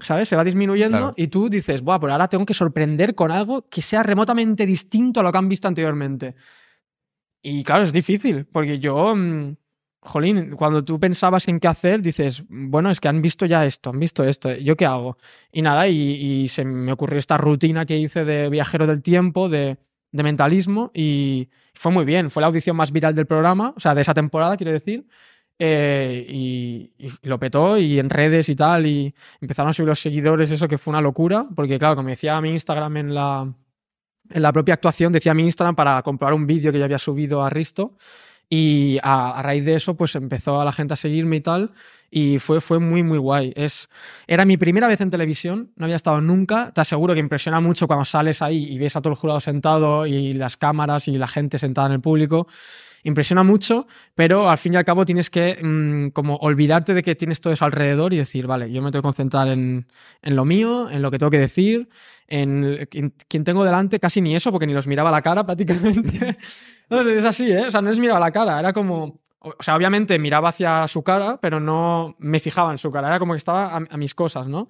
¿sabes? Se va disminuyendo Claro. y tú dices, Buah, pues ahora tengo que sorprender con algo que sea remotamente distinto a lo que han visto anteriormente. Y claro, es difícil, porque yo mm, jolín, cuando tú pensabas en qué hacer, dices, bueno, es que han visto ya esto, han visto esto, ¿yo qué hago? Y nada, y, y se me ocurrió esta rutina que hice de viajero del tiempo, de, de mentalismo, y fue muy bien, fue la audición más viral del programa, o sea, de esa temporada, quiero decir. eh, y, y lo petó y en redes y tal, y empezaron a subir los seguidores, eso que fue una locura, porque claro, como decía mi Instagram en la, en la propia actuación, decía mi Instagram para comprobar un vídeo que yo había subido a Risto, y a, a raíz de eso, pues empezó a la gente a seguirme y tal. Y fue, fue muy, muy guay. Es, era mi primera vez en televisión, no había estado nunca. Te aseguro que impresiona mucho cuando sales ahí y ves a todo el jurado sentado y las cámaras y la gente sentada en el público. Impresiona mucho, pero al fin y al cabo tienes que mm, como olvidarte de que tienes todo eso alrededor y decir, vale, yo me tengo que concentrar en, en lo mío, en lo que tengo que decir, en el- quien, quien tengo delante, casi ni eso, porque ni los miraba a la cara prácticamente. No, es así, ¿eh? O sea, no les miraba la cara, era como... O sea, obviamente miraba hacia su cara, pero no me fijaba en su cara, era como que estaba a, a mis cosas, ¿no?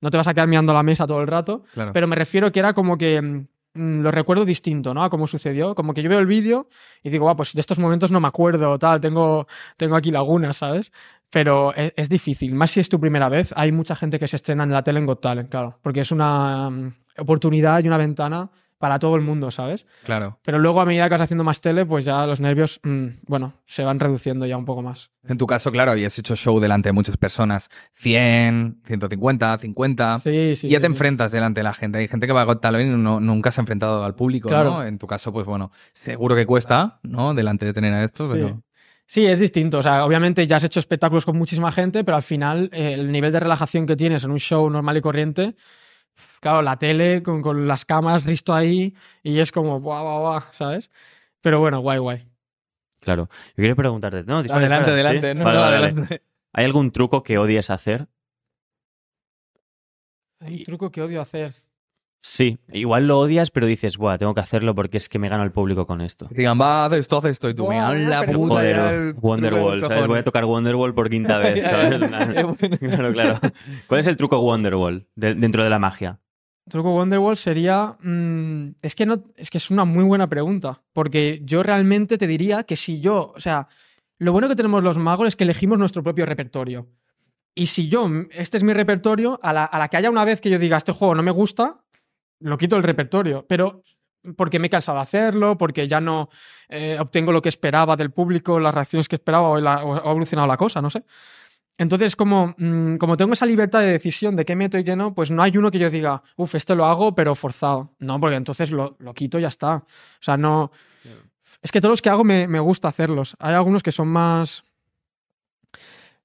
No te vas a quedar mirando la mesa todo el rato, Claro. pero me refiero que era como que mm, mm, lo recuerdo distinto, ¿no? A cómo sucedió, como que yo veo el vídeo y digo, ah, pues de estos momentos no me acuerdo, tal, tengo, tengo aquí lagunas, ¿sabes? Pero es, es difícil, más si es tu primera vez, hay mucha gente que se estrena en la tele en Got Talent, claro, porque es una mm, oportunidad y una ventana para todo el mundo, ¿sabes? claro. Pero luego, a medida que vas haciendo más tele, pues ya los nervios, mm, bueno, se van reduciendo ya un poco más. En tu caso, claro, habías hecho show delante de muchas personas. 100, 150, 50. Sí, sí. y Ah, ya sí, te sí. enfrentas delante de la gente. Hay gente que va a Got Talent y no- nunca se ha enfrentado al público, Claro. ¿no? En tu caso, pues bueno, seguro que cuesta, ¿no? Delante de tener a esto, Sí. pero... Sí, es distinto. O sea, obviamente ya has hecho espectáculos con muchísima gente, pero al final eh, el nivel de relajación que tienes en un show normal y corriente, pf, claro, la tele con, con las cámaras, Risto ahí, y es como, guau, guau, guau, ¿sabes? Pero bueno, guay, guay. Claro. Yo quería preguntarte. No, dispara, adelante, dispara, ¿sí? adelante. No, Vale, no, vale, vale. adelante. ¿Hay algún truco que odies hacer? Hay un truco que odio hacer. Sí. Igual lo odias, pero dices, buah, tengo que hacerlo porque es que me gano el público con esto. Que Digan, va, haz esto, haz esto. Y tú, me Buah, dan la pero puta. Joder, ya el truco de Wonderwall, los ¿sabes? Voy a cojones. tocar Wonderwall por quinta vez, ¿sabes? claro, claro. ¿Cuál es el truco Wonderwall de- dentro de la magia? Truco Wonderwall sería. mm, es que no. Es que es una muy buena pregunta. Porque yo realmente te diría que si yo. O sea, lo bueno que tenemos los magos es que elegimos nuestro propio repertorio. Y si yo, mm, este es mi repertorio, a la, a la que haya una vez que yo diga este juego no me gusta, lo quito el repertorio. Pero mm, porque me he cansado de hacerlo, porque ya no eh, obtengo lo que esperaba del público, las reacciones que esperaba o, la- o ha evolucionado la cosa, no sé. Entonces, como, mm, como tengo esa libertad de decisión de qué meto y qué no, pues no hay uno que yo diga, uff, esto lo hago, pero forzado. No, porque entonces lo, lo quito y ya está. O sea, no. Es que todos los que hago me, me gusta hacerlos. Hay algunos que son más.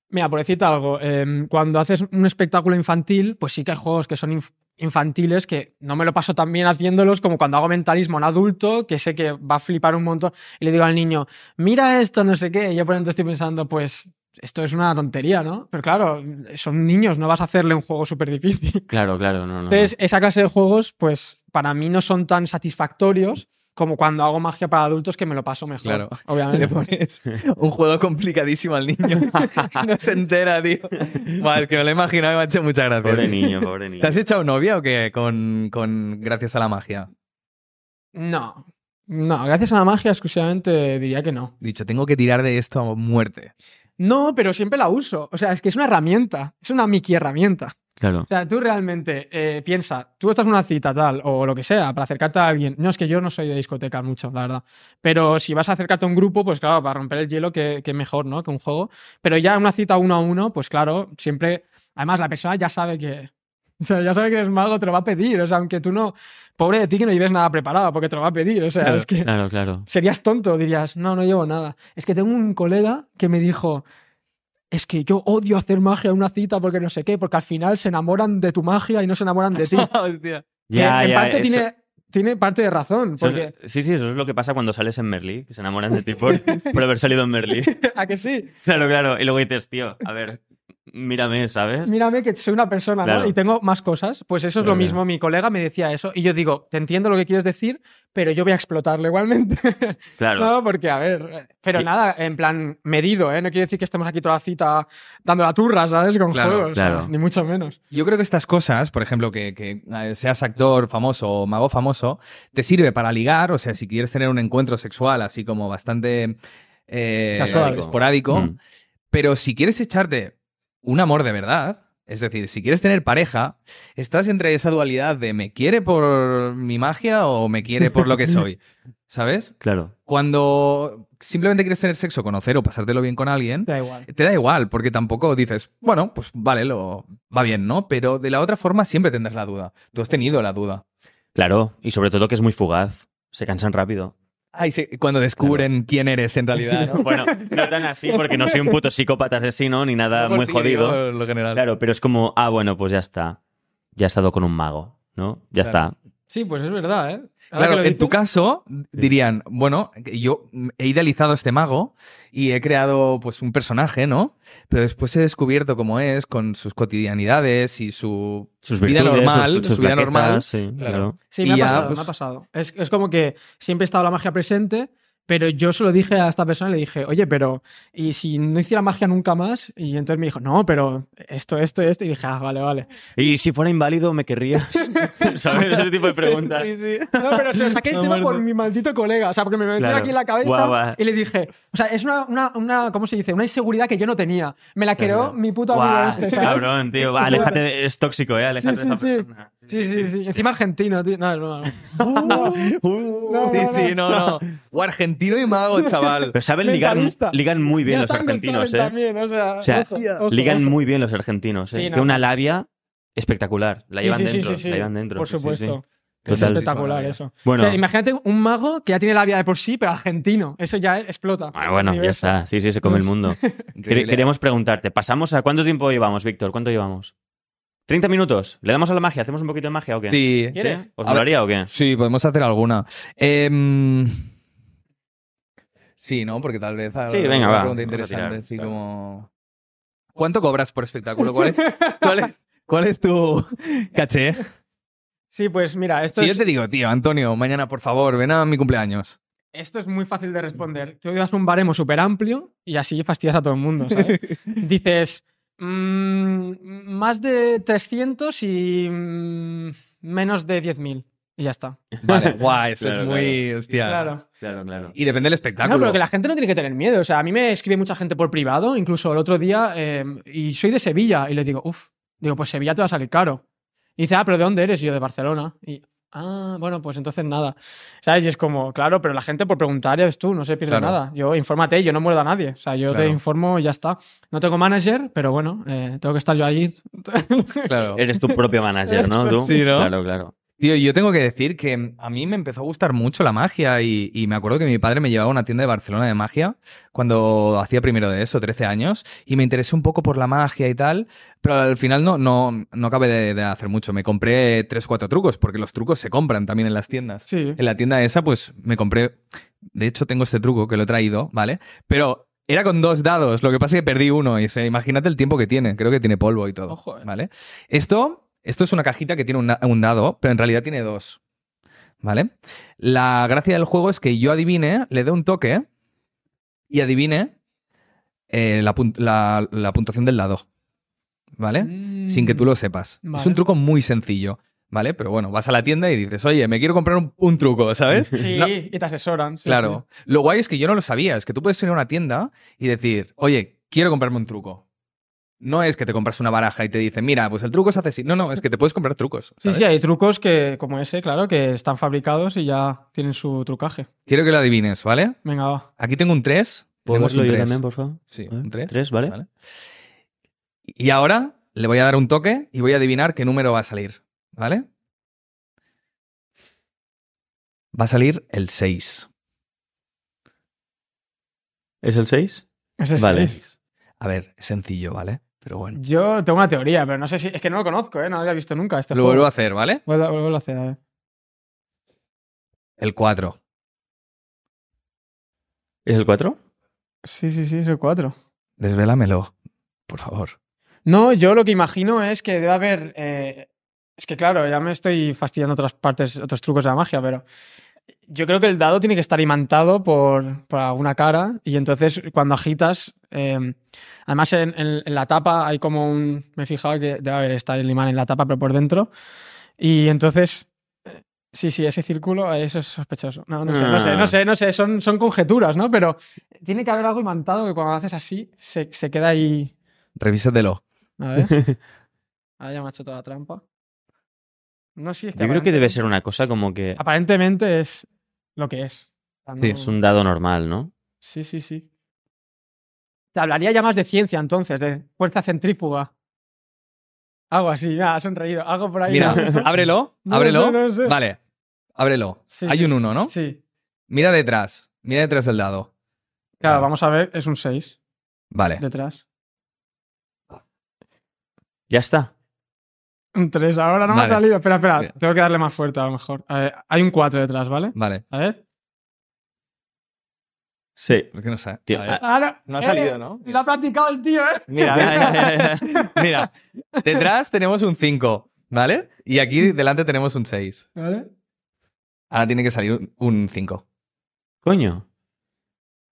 Mira, por decirte algo, em, cuando haces un espectáculo infantil, pues sí que hay juegos que son inf- infantiles que no me lo paso tan bien haciéndolos como cuando hago mentalismo a un adulto que sé que va a flipar un montón y le digo al niño, mira esto, no sé qué. Y yo por dentro estoy pensando, pues esto es una tontería, ¿no? Pero claro, son niños, no vas a hacerle un juego súper difícil. Claro, claro, no, no. Entonces, esa clase de juegos, pues para mí no son tan satisfactorios como cuando hago magia para adultos que me lo paso mejor. Claro. Le Obviamente. pones un juego complicadísimo al niño. no se entera, tío. Vale, que me lo he imaginado y me ha hecho mucha gracia. Pobre tío. niño, pobre niño. ¿Te has echado novia o qué? Con, con gracias a la magia. No. No, gracias a la magia exclusivamente diría que no. Dicho, tengo que tirar de esto a muerte. No, pero siempre la uso. O sea, es que es una herramienta. Es una Mickey herramienta. Claro. O sea, tú realmente eh, piensa, tú estás en una cita tal o lo que sea para acercarte a alguien. No, es que yo no soy de discoteca mucho, la verdad. Pero si vas a acercarte a un grupo, pues claro, para romper el hielo, que, que mejor, ¿no? Que un juego. Pero ya en una cita uno a uno, pues claro, siempre. Además, la persona ya sabe que. O sea, ya sabe que eres mago, te lo va a pedir. O sea, aunque tú no. Pobre de ti que no lleves nada preparado, porque te lo va a pedir. O sea, es que. Claro, claro. Serías tonto, dirías, no, no llevo nada. Es que tengo un colega que me dijo, es que yo odio hacer magia en una cita porque no sé qué, porque al final se enamoran de tu magia y no se enamoran de ti. Hostia. Que en parte tiene, tiene parte de razón, eso es- porque Sí, sí, eso es lo que pasa cuando sales en Merlí, que se enamoran de ti por, por haber salido en Merlí. a que sí, Claro, claro. Y luego dices, tío, a ver, mírame, ¿sabes? mírame que soy una persona ¿no? Claro. y tengo más cosas, pues eso es Claro, lo mismo, mi colega me decía eso y yo digo, te entiendo lo que quieres decir, pero yo voy a explotarlo igualmente. Claro. No, porque a ver, eh, pero Y- nada, en plan medido, ¿eh? No quiere decir que estemos aquí toda la cita dando la turra, ¿sabes? Con Claro, juegos, o sea, claro. ni mucho menos. Yo creo que estas cosas, por ejemplo, que, que, eh, seas actor famoso o mago famoso, te sirve para ligar, o sea, si quieres tener un encuentro sexual así como bastante eh, Casual. esporádico. Mm. Pero si quieres echarte un amor de verdad, es decir, si quieres tener pareja, estás entre esa dualidad de me quiere por mi magia o me quiere por lo que soy. ¿Sabes? Claro. Cuando simplemente quieres tener sexo, conocer o pasártelo bien con alguien, Da igual. te da igual, porque tampoco dices, bueno, pues vale, lo va bien, ¿no? Pero de la otra forma siempre tendrás la duda. Tú has tenido la duda. Claro. Y sobre todo que es muy fugaz. Se cansan rápido. Ay, sí, cuando descubren quién eres en realidad, ¿no? Bueno, no tan así porque no soy un puto psicópata asesino ni nada Por muy ti, jodido. digo, lo general. Claro, pero es como, ah, bueno, pues ya está. Ya he estado con un mago, ¿no? Ya Claro. está. Sí, pues es verdad, ¿eh? Ahora que Claro, lo en tu dices, caso dirían, bueno, yo he idealizado a este mago y he creado pues un personaje, ¿no? Pero después he descubierto cómo es con sus cotidianidades y su Sus Vida virtudes, normal, sus, sus su vida flaquezas, normal. Sí, Claro. claro. Sí, me y ha ya, pasado, pues- me ha pasado. Es, es como que siempre ha estado la magia presente, pero yo se lo dije a esta persona y le dije, oye, pero ¿y si no hiciera magia nunca más? Y entonces me dijo, no, pero esto, esto, esto. Y dije, ah, vale, vale. Y si fuera inválido, ¿me querrías? ¿Sabes? Ese tipo de preguntas. Sí, sí. No, pero se lo saqué el Me tema por muerdo. mi maldito colega. O sea, porque me metió Claro. aquí en la cabeza Guau, guau. y le dije, o sea, es una, una, una, ¿cómo se dice? Una inseguridad que yo no tenía. Me la creó Claro. mi puto amigo Guau, este, ¿sabes? Cabrón, tío. Va, aléjate. de- Es tóxico, ¿eh? Aléjate de Sí, sí, esa sí. persona. Sí, sí, sí. Encima argentino, tío. No, es broma. No, Uh. no, Uh, sí, no. sí, no, no. O argentino y mago, chaval. Pero saben ligar, Mentalista. ligan muy bien Ya los están con argentinos, Torrent ¿eh? También, o sea, O sea, ojo, ojo, Ligan ojo. muy bien los argentinos, ¿eh? Sí, no, Tiene una no. labia espectacular. La Sí, llevan sí, sí, dentro. sí, sí. La llevan dentro. Por sí, sí, sí. supuesto. Total. Es espectacular eso. Bueno. O sea, imagínate un mago que ya tiene labia de por sí, pero argentino. Eso ya explota. Ah, bueno, ya Universo. está. Sí, sí, se come el Pues- mundo. Quer- Increíble. Queríamos preguntarte, ¿pasamos a cuánto tiempo llevamos, Víctor? ¿Cuánto llevamos? ¿30 minutos? ¿Le damos a la magia? ¿Hacemos un poquito de magia o qué? Sí. ¿Sí? ¿Quieres? ¿Os A molaría o qué? Sí, podemos hacer alguna. Em, sí, ¿no? Porque tal vez. Sí, una venga, va, pregunta vamos a interesante. tirar, así claro. como. ¿Cuánto cobras por espectáculo? ¿Cuál es, cuál es, cuál es tu caché? Sí, pues mira, esto, Si yo es, te digo, tío, Antonio, mañana por favor, ven a mi cumpleaños. esto es muy fácil de responder. Tú das un baremo súper amplio y así fastidias a todo el mundo, ¿sabes? Dices, mm, más de 300 y mm, menos de 10.000. Y ya está. Vale, guau, eso Claro, es muy. Hostia. Claro. Claro, claro. Y depende del espectáculo. No, pero que la gente no tiene que tener miedo. O sea, a mí me escribe mucha gente por privado, incluso el otro día, eh, y soy de Sevilla, y les digo, uff, digo, pues Sevilla te va a salir caro. Y dice, ah, pero ¿de dónde eres? Y yo, de Barcelona. Y, ah, bueno, pues entonces nada. ¿Sabes? Y es como, claro, pero la gente por preguntar, ya ves tú, no se pierde Claro. nada. Yo, infórmate, yo no muerdo a nadie. O sea, yo te Claro. informo y ya está. No tengo manager, pero bueno, eh, tengo que estar yo allí. Claro. Eres tu propio manager, ¿no? Eso ¿Tú? sí, ¿no? Claro, claro. Tío, yo tengo que decir que a mí me empezó a gustar mucho la magia y, y me acuerdo que mi padre me llevaba a una tienda de Barcelona de magia cuando hacía primero de eso, 13 años, y me interesé un poco por la magia y tal, pero al final no, no, no acabé de, de hacer mucho. Me compré 3, 4 trucos, porque los trucos se compran también en las tiendas. Sí. En la tienda esa, pues me compré. De hecho, tengo este truco que lo he traído, ¿vale? Pero era con dos dados. Lo que pasa es que perdí uno. Y se, imagínate el tiempo que tiene. Creo que tiene polvo y todo. Ojo, eh. ¿Vale? Esto, esto es una cajita que tiene un, na- un dado, pero en realidad tiene dos. ¿Vale? La gracia del juego es que yo adivine, le dé un toque y adivine eh, la, pun- la- la puntuación del dado. ¿Vale? ¿eh? Mm. sin que tú lo sepas. Es Vale. un truco muy sencillo, ¿vale? Pero bueno, vas a la tienda y dices, oye, me quiero comprar un, un truco, ¿sabes? Sí, No, y te asesoran. sí, claro. Lo guay es que yo no lo sabía, es que tú puedes ir a una tienda y decir, oye, quiero comprarme un truco. No es que te compras una baraja y te dicen, mira, pues el truco se hace así. No, no, es que te puedes comprar trucos. Sí, ¿sabes? sí, hay trucos que, como ese, claro, que están fabricados y ya tienen su trucaje. Quiero que lo adivines, ¿vale? Venga, va. Aquí tengo un 3. ¿Puedo Tenemos verlo un yo 3. también, por favor? Sí, ¿Eh? un 3. ¿Tres, vale? ¿Vale? Y ahora le voy a dar un toque y voy a adivinar qué número va a salir. ¿Vale? Va a salir el 6. ¿Es el 6? Ese es Vale. seis. A ver, es sencillo, ¿vale? Pero bueno. Yo tengo una teoría, pero no sé si. Es que no lo conozco, ¿eh? No lo había visto nunca este Lo juego. vuelvo a hacer, ¿vale? Vuelvo a- vuelvo a hacer, a ver. El 4. ¿Es el 4? Sí, sí, sí, es el 4. Desvélamelo, por favor. No, yo lo que imagino es que debe haber. eh, Es que claro, ya me estoy fastidiando otras partes, otros trucos de la magia, pero. Yo creo que el dado tiene que estar imantado por, por alguna cara y entonces cuando agitas. eh, además, en, en- en la tapa hay como un. Me he fijado que debe haber estar el imán en la tapa, pero por dentro. Y entonces. eh, Sí, sí, ese círculo, eh, eso es sospechoso. No, no sé, no sé, no sé, no sé, son, son conjeturas, ¿no? Pero tiene que haber algo imantado que cuando haces así se, se queda ahí. Revísatelo. A ¿Eh? ver. Ahora ya me ha hecho toda la trampa. No, sí, es que. Yo creo que aparentemente- debe ser una cosa como que Aparentemente es lo que es. O sea, Sí, no- es un dado normal, ¿no? Sí, sí, sí. Te hablaría ya más de ciencia entonces, de fuerza centrífuga. Algo así, ya, has sonreído. Algo por ahí. Mira, ¿no? ábrelo, No ábrelo. sé, no sé. Vale, ábrelo. Sí. Hay un 1, ¿no? Sí. Mira detrás, mira detrás el dado. Claro, Vale. vamos a ver, es un 6 Vale. detrás. Ya está. Un 3 ahora, no me ha Vale. salido. Espera, espera, Bien. tengo que darle más fuerte a lo mejor. A ver, hay un 4 detrás, ¿vale? Vale. A ver. Sí. Porque no sé. Tío, A ver. ah, Ahora, No ha eh, salido, ¿no? Lo ha practicado el tío, ¿eh? Mira, mira, mira, mira, mira. Mira, detrás tenemos un 5, ¿vale? Y aquí delante tenemos un 6. ¿Vale? Ahora tiene que salir un 5. Coño.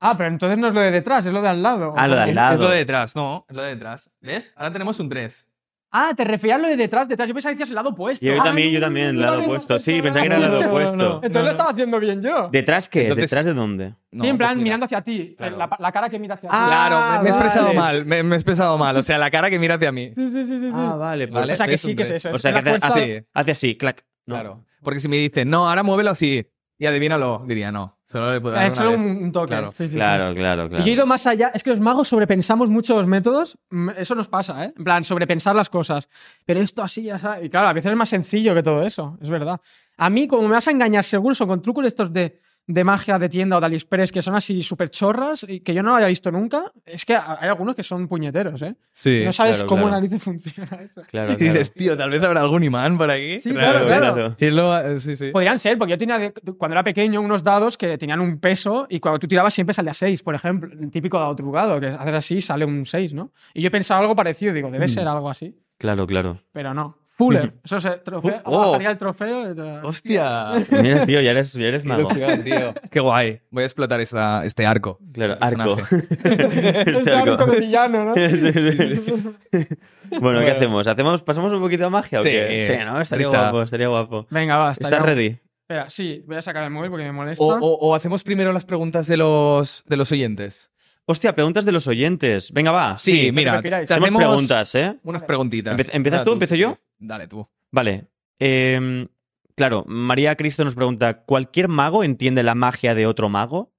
Ah, pero entonces no es lo de detrás, es lo de al lado. Ah, lo de al ¿Cómo? lado. Es lo de detrás, no, es lo de detrás. ¿Ves? Ahora tenemos un 3. Ah, te referías a lo de detrás, detrás. Yo pensaba que decías el lado opuesto. Yo Ah, también, yo también, el lado opuesto. Sí, pensaba que era el No, lado no, no. opuesto. Entonces lo estaba haciendo bien yo. ¿Detrás qué? Entonces- ¿Detrás de dónde? No, Sí, pues en plan, mira. mirando hacia ti. Claro. La, la cara que mira hacia Ah, ti. Claro, me, me he expresado vale. mal, me, me he expresado mal. O sea, la cara que mira hacia mí. Sí, sí, sí, sí. sí. Ah, vale, pues- Vale. o sea, que es sí un que es tres. eso. O es sea, que una hace, fuerza- hace, hace así, clac. No. Claro. Porque si me dicen, no, ahora muévelo así y adivínalo, diría no. Solo le puedo dar es una solo vez. un, un toque. Claro, Sí, sí, sí. Claro, claro, Y claro. yo he ido más allá. Es que los magos sobrepensamos mucho los métodos. Mm, Eso nos pasa, ¿eh? En plan, sobrepensar las cosas. Pero esto así, ya sabes. Y claro, a veces es más sencillo que todo eso. Es verdad. A mí, como me vas a engañar seguro, son con trucos estos de, de magia de tienda o de Aliexpress que son así súper chorras y que yo no lo había visto nunca. Es que a- hay algunos que son puñeteros, ¿eh? Sí. no sabes claro, cómo claro. narices funciona eso. Claro, y claro. dices, tío, tal vez habrá algún imán por aquí. Sí, claro, claro. Y es lo- sí, sí. Podrían ser, porque yo tenía de- cuando era pequeño unos dados que tenían un peso y cuando tú tirabas siempre salía 6, por ejemplo. El típico dado trucado, que haces así y sale un 6, ¿no? Y yo pensaba algo parecido, digo, debe Mm. ser algo así, Claro, claro. pero no. Fuller, eso se trofeo, Oh, oh. bajaría el trofeo. y te- Hostia. Mira, tío, ya eres, ya eres Qué mago. ilusión, tío. Qué guay. Voy a explotar esta- este arco. Claro, arco. Personaje. Este Este arco de villano, ¿no? Sí, sí, sí. Sí, Bueno, ¿qué Bueno. hacemos? ¿Hacemos? ¿Pasamos un poquito de magia o Sí. qué? Sí, ¿no? Estaría Richard. guapo, estaría guapo. Venga, va. hasta ¿Estás ya. ready? Espera, sí, voy a sacar el móvil porque me molesta. O, o- o hacemos primero las preguntas de los, de los oyentes. Hostia, preguntas de los oyentes. Venga, va. Sí, Sí, mira, prefiráis. tenemos tenemos preguntas, ¿eh? Unas preguntitas. Empe- ¿empiezas Dale tú, empiezo si yo? quieres. Dale tú. Vale. Eh, claro, María Cristo nos pregunta: ¿Cualquier mago entiende la magia de otro mago?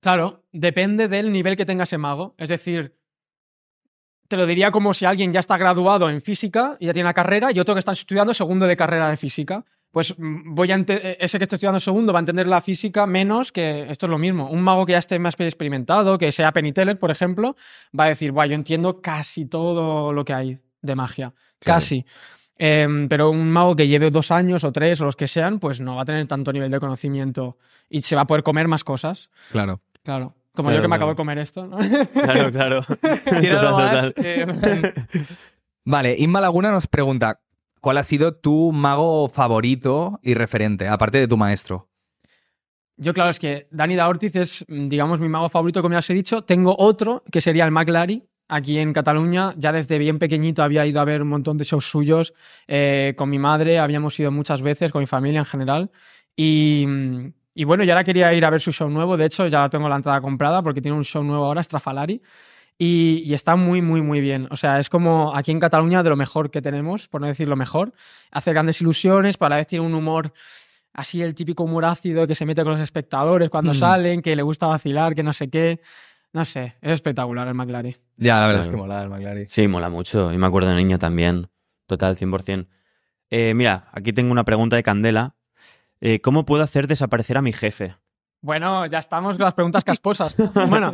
Claro, depende del nivel que tenga ese mago. Es decir, te lo diría como si alguien ya está graduado en física y ya tiene la carrera y otro que está estudiando segundo de carrera de física. Pues mm, voy a ente- eh, ese que está estudiando segundo va a entender la física menos que esto es lo mismo. Un mago que ya esté más experimentado, que sea Penny Teller, por ejemplo, va a decir, guau, yo entiendo casi todo lo que hay de magia. Claro. Casi. Em, pero un mago que lleve dos años o tres o los que sean, pues no va a tener tanto nivel de conocimiento y se va a poder comer más cosas. Claro. Claro. Como Claro, yo que me claro. acabo de comer esto, ¿no? Claro, claro. Total, total. eh, vale, Inma Laguna nos pregunta: ¿Cuál ha sido tu mago favorito y referente, aparte de tu maestro? Yo, claro, es que Dani da Ortiz es, mm, digamos, mi mago favorito, como ya os he dicho. Tengo otro, que sería el McLary, aquí en Cataluña. Ya desde bien pequeñito había ido a ver un montón de shows suyos. eh, con mi madre habíamos ido muchas veces, con mi familia en general. Y, mm, y bueno, y ahora quería ir a ver su show nuevo. De hecho, ya tengo la entrada comprada porque tiene un show nuevo ahora, Strafalari. Y, y está muy, muy, muy bien. O sea, es como aquí en Cataluña de lo mejor que tenemos, por no decir lo mejor. Hace grandes ilusiones, pero a la vez tiene un humor así, el típico humor ácido que se mete con los espectadores cuando Mm. salen, que le gusta vacilar, que no sé qué. No sé, es espectacular el McLaren. Ya, la verdad es Claro. que mola el Maglari. Sí, mola mucho. Yo me acuerdo de niño también. Total, 100%. Eh, mira, aquí tengo una pregunta de Candela. Eh, ¿Cómo puedo hacer desaparecer a mi jefe? Bueno, ya estamos con las preguntas casposas. Bueno,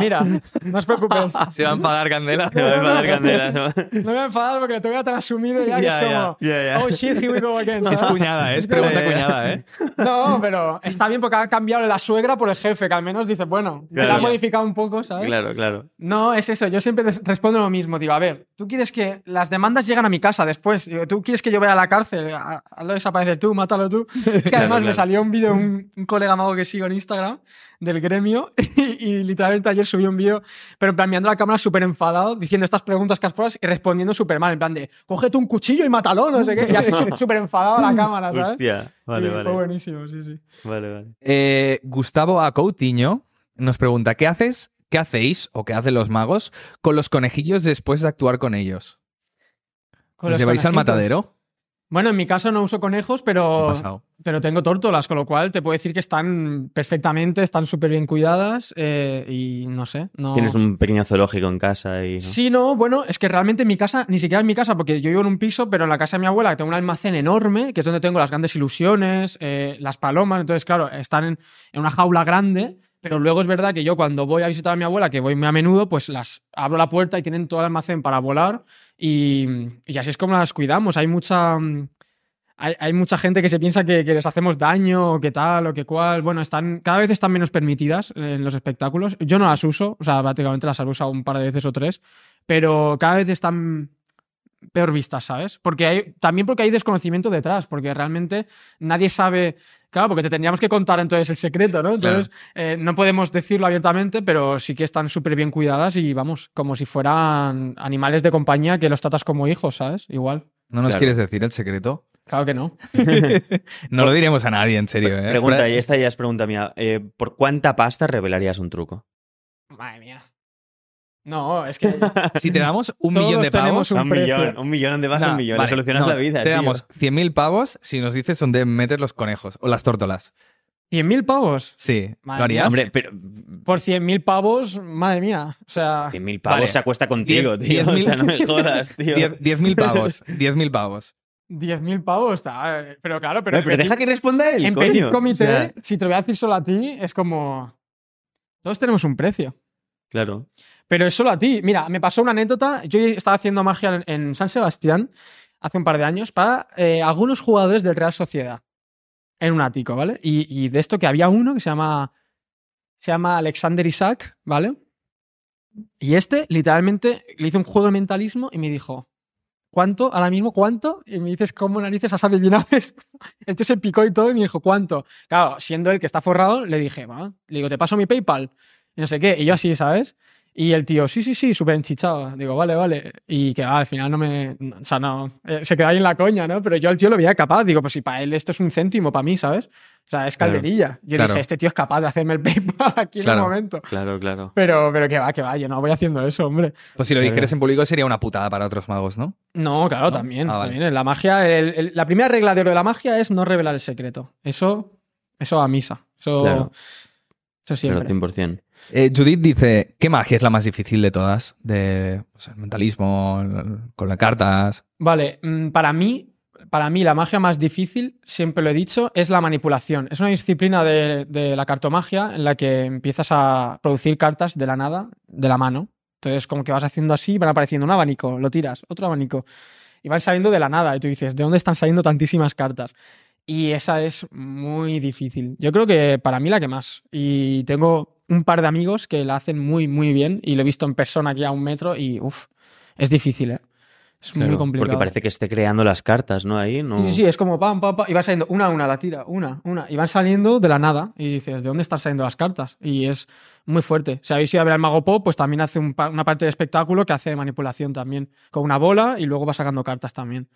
mira, no os preocupéis. Se va a enfadar Candela. Me va a enfadar Candela, ¿no? No me voy a enfadar porque lo tengo tan asumido ya que es Ya, ya. como... Ya, ya. Oh shit, here we go again. Si es cuñada, ¿eh? es pregunta Ya, ya. cuñada, ¿eh? No, pero está bien porque ha cambiado la suegra por el jefe, que al menos dice, bueno, te la ha Claro. modificado un poco, ¿sabes? Claro, claro. No, es eso. Yo siempre des- respondo lo mismo. Digo, a ver, tú quieres que las demandas lleguen a mi casa después. Digo, tú quieres que yo vaya a la cárcel. Ha- Hazlo desaparecer tú, mátalo tú. Es que Claro, además me claro. salió un vídeo de un, un colega mago que sigo sigo en Instagram del gremio y, y literalmente ayer subí un vídeo, pero en plan mirando la cámara súper enfadado, diciendo estas preguntas casporas y respondiendo súper mal, en plan de cógete un cuchillo y mátalo, no sé qué, y así súper- súper enfadado a la cámara, ¿sabes? Hostia, Y vale, fue vale. buenísimo, sí, sí. Vale, vale. Eh, Gustavo A. Coutinho nos pregunta: ¿Qué haces, qué hacéis o qué hacen los magos con los conejillos después de actuar con ellos? Con ¿Los los lleváis al conejitos. matadero? Bueno, en mi caso no uso conejos, Ha Oh. pero, pasado. pero tengo tórtolas, con lo cual te puedo decir que están perfectamente, están súper bien cuidadas eh, y no sé. No... Tienes un pequeño zoológico en casa y. ¿no? Sí, no, bueno, es que realmente en mi casa, ni siquiera en mi casa, porque yo vivo en un piso, pero en la casa de mi abuela tengo un almacén enorme, que es donde tengo las grandes ilusiones, eh, las palomas, entonces, claro, están en, en una jaula grande, pero luego es verdad que yo cuando voy a visitar a mi abuela, que voy muy a menudo, pues las abro la puerta y tienen todo el almacén para volar y, y así es como las cuidamos. Hay mucha... mm, Hay, hay mucha gente que se piensa que, que les hacemos daño o que tal o que cual. Bueno, están cada vez están menos permitidas eh, en los espectáculos. Yo no las uso, o sea, prácticamente las he usado un par de veces o tres, pero cada vez están peor vistas, ¿sabes? Porque hay, también porque hay desconocimiento detrás, porque realmente nadie sabe, claro, porque te tendríamos que contar entonces el secreto, ¿no? Entonces eh, no podemos decirlo abiertamente, pero sí que están súper bien cuidadas y vamos, como si fueran animales de compañía que los tratas como hijos, ¿sabes? Igual. ¿No nos Claro. quieres decir el secreto? Claro que no. No lo diremos a nadie, en serio. ¿eh? Pregunta, Fuera- y esta ya es pregunta mía. Eh, ¿Por cuánta pasta revelarías un truco? Madre mía. No, es que... Si te damos un Todos millón de tenemos pavos. Es un precio. un millón de vas, Nah, vale, no, Te tío. damos 100.000 pavos si nos dices dónde metes los conejos o las tórtolas. ¿100.000 pavos? Sí. Madre ¿Lo harías? mía. Hombre, pero Por 100.000 pavos, madre mía. O sea... 100.000 pavos Vale. se acuesta contigo, Diez- tío. diez mil- O sea, no me jodas, tío. Diez- 10.000 pavos. 10.000 pavos. 10.000 pavos, está... eh, Pero claro, pero... Pero, pero deja que responda él, en coño. Petit Comité, ¿eh? O sea, si te lo voy a decir solo a ti, es como. Todos tenemos un precio. claro. Pero es solo a ti. Mira, me pasó una anécdota. Yo estaba haciendo magia en, en San Sebastián hace un par de años para eh, algunos jugadores del Real Sociedad. En un ático, ¿vale? Y, y de esto que había uno que se llama. Se llama Alexander Isaac, ¿vale? Y este, literalmente, le hice un juego de mentalismo y me dijo. ¿Cuánto? Ahora mismo, ¿cuánto? Y me dices, ¿cómo narices has adivinado esto? Entonces se picó y todo y me dijo, ¿cuánto? Claro, siendo el que está forrado, le dije, bueno, le digo, te paso mi PayPal. Y no sé qué. Y yo así, ¿sabes? Y el tío, sí, sí, sí, súper enchichado. Digo, vale, vale. Y que ah, al final no me. no, O sea, no. eh, se quedó ahí en la coña, ¿no? Pero yo al tío lo veía capaz. Digo, pues si para él esto es un céntimo, para mí, ¿sabes? O sea, es Claro. calderilla. Yo Claro. dije, este tío es capaz de hacerme el PayPal aquí en Claro. un momento. Claro, claro. Pero, pero que va, que va. Yo no voy haciendo eso, hombre. Pues si lo Claro. dijeras en público sería una putada para otros magos, ¿no? No, claro, ¿No? también. Ah, vale. también. En la magia, el- el- la primera regla de oro de la magia es no revelar el secreto. Eso, eso a misa. Eso, Claro. eso siempre. Pero 100%. Eh, Judith dice, ¿qué magia es la más difícil de todas? De pues, el mentalismo, el- con las cartas. Vale, mm, para mí, para mí la magia más difícil, siempre lo he dicho, es la manipulación. Es una disciplina de, de la cartomagia en la que empiezas a producir cartas de la nada, de la mano. Entonces, como que vas haciendo así, van apareciendo un abanico, lo tiras, otro abanico, y van saliendo de la nada. Y tú dices, ¿de dónde están saliendo tantísimas cartas? Y esa es muy difícil. Yo creo que para mí la que más. Y tengo un par de amigos que la hacen muy, muy bien. Y lo he visto en persona aquí a un metro y, uff, es difícil, ¿eh? Es muy Claro, complicado. Porque parece que esté creando las cartas, ¿no? Ahí, ¿no? Sí, sí, sí, es como pam, pam, pam, y van saliendo una a una, la tira, una, una, y van saliendo de la nada. Y dices, ¿de dónde están saliendo las cartas? Y es muy fuerte. Si habéis ido a ver al Mago Pop, pues también hace un pa- una parte del espectáculo que hace manipulación también, con una bola y luego va sacando cartas también.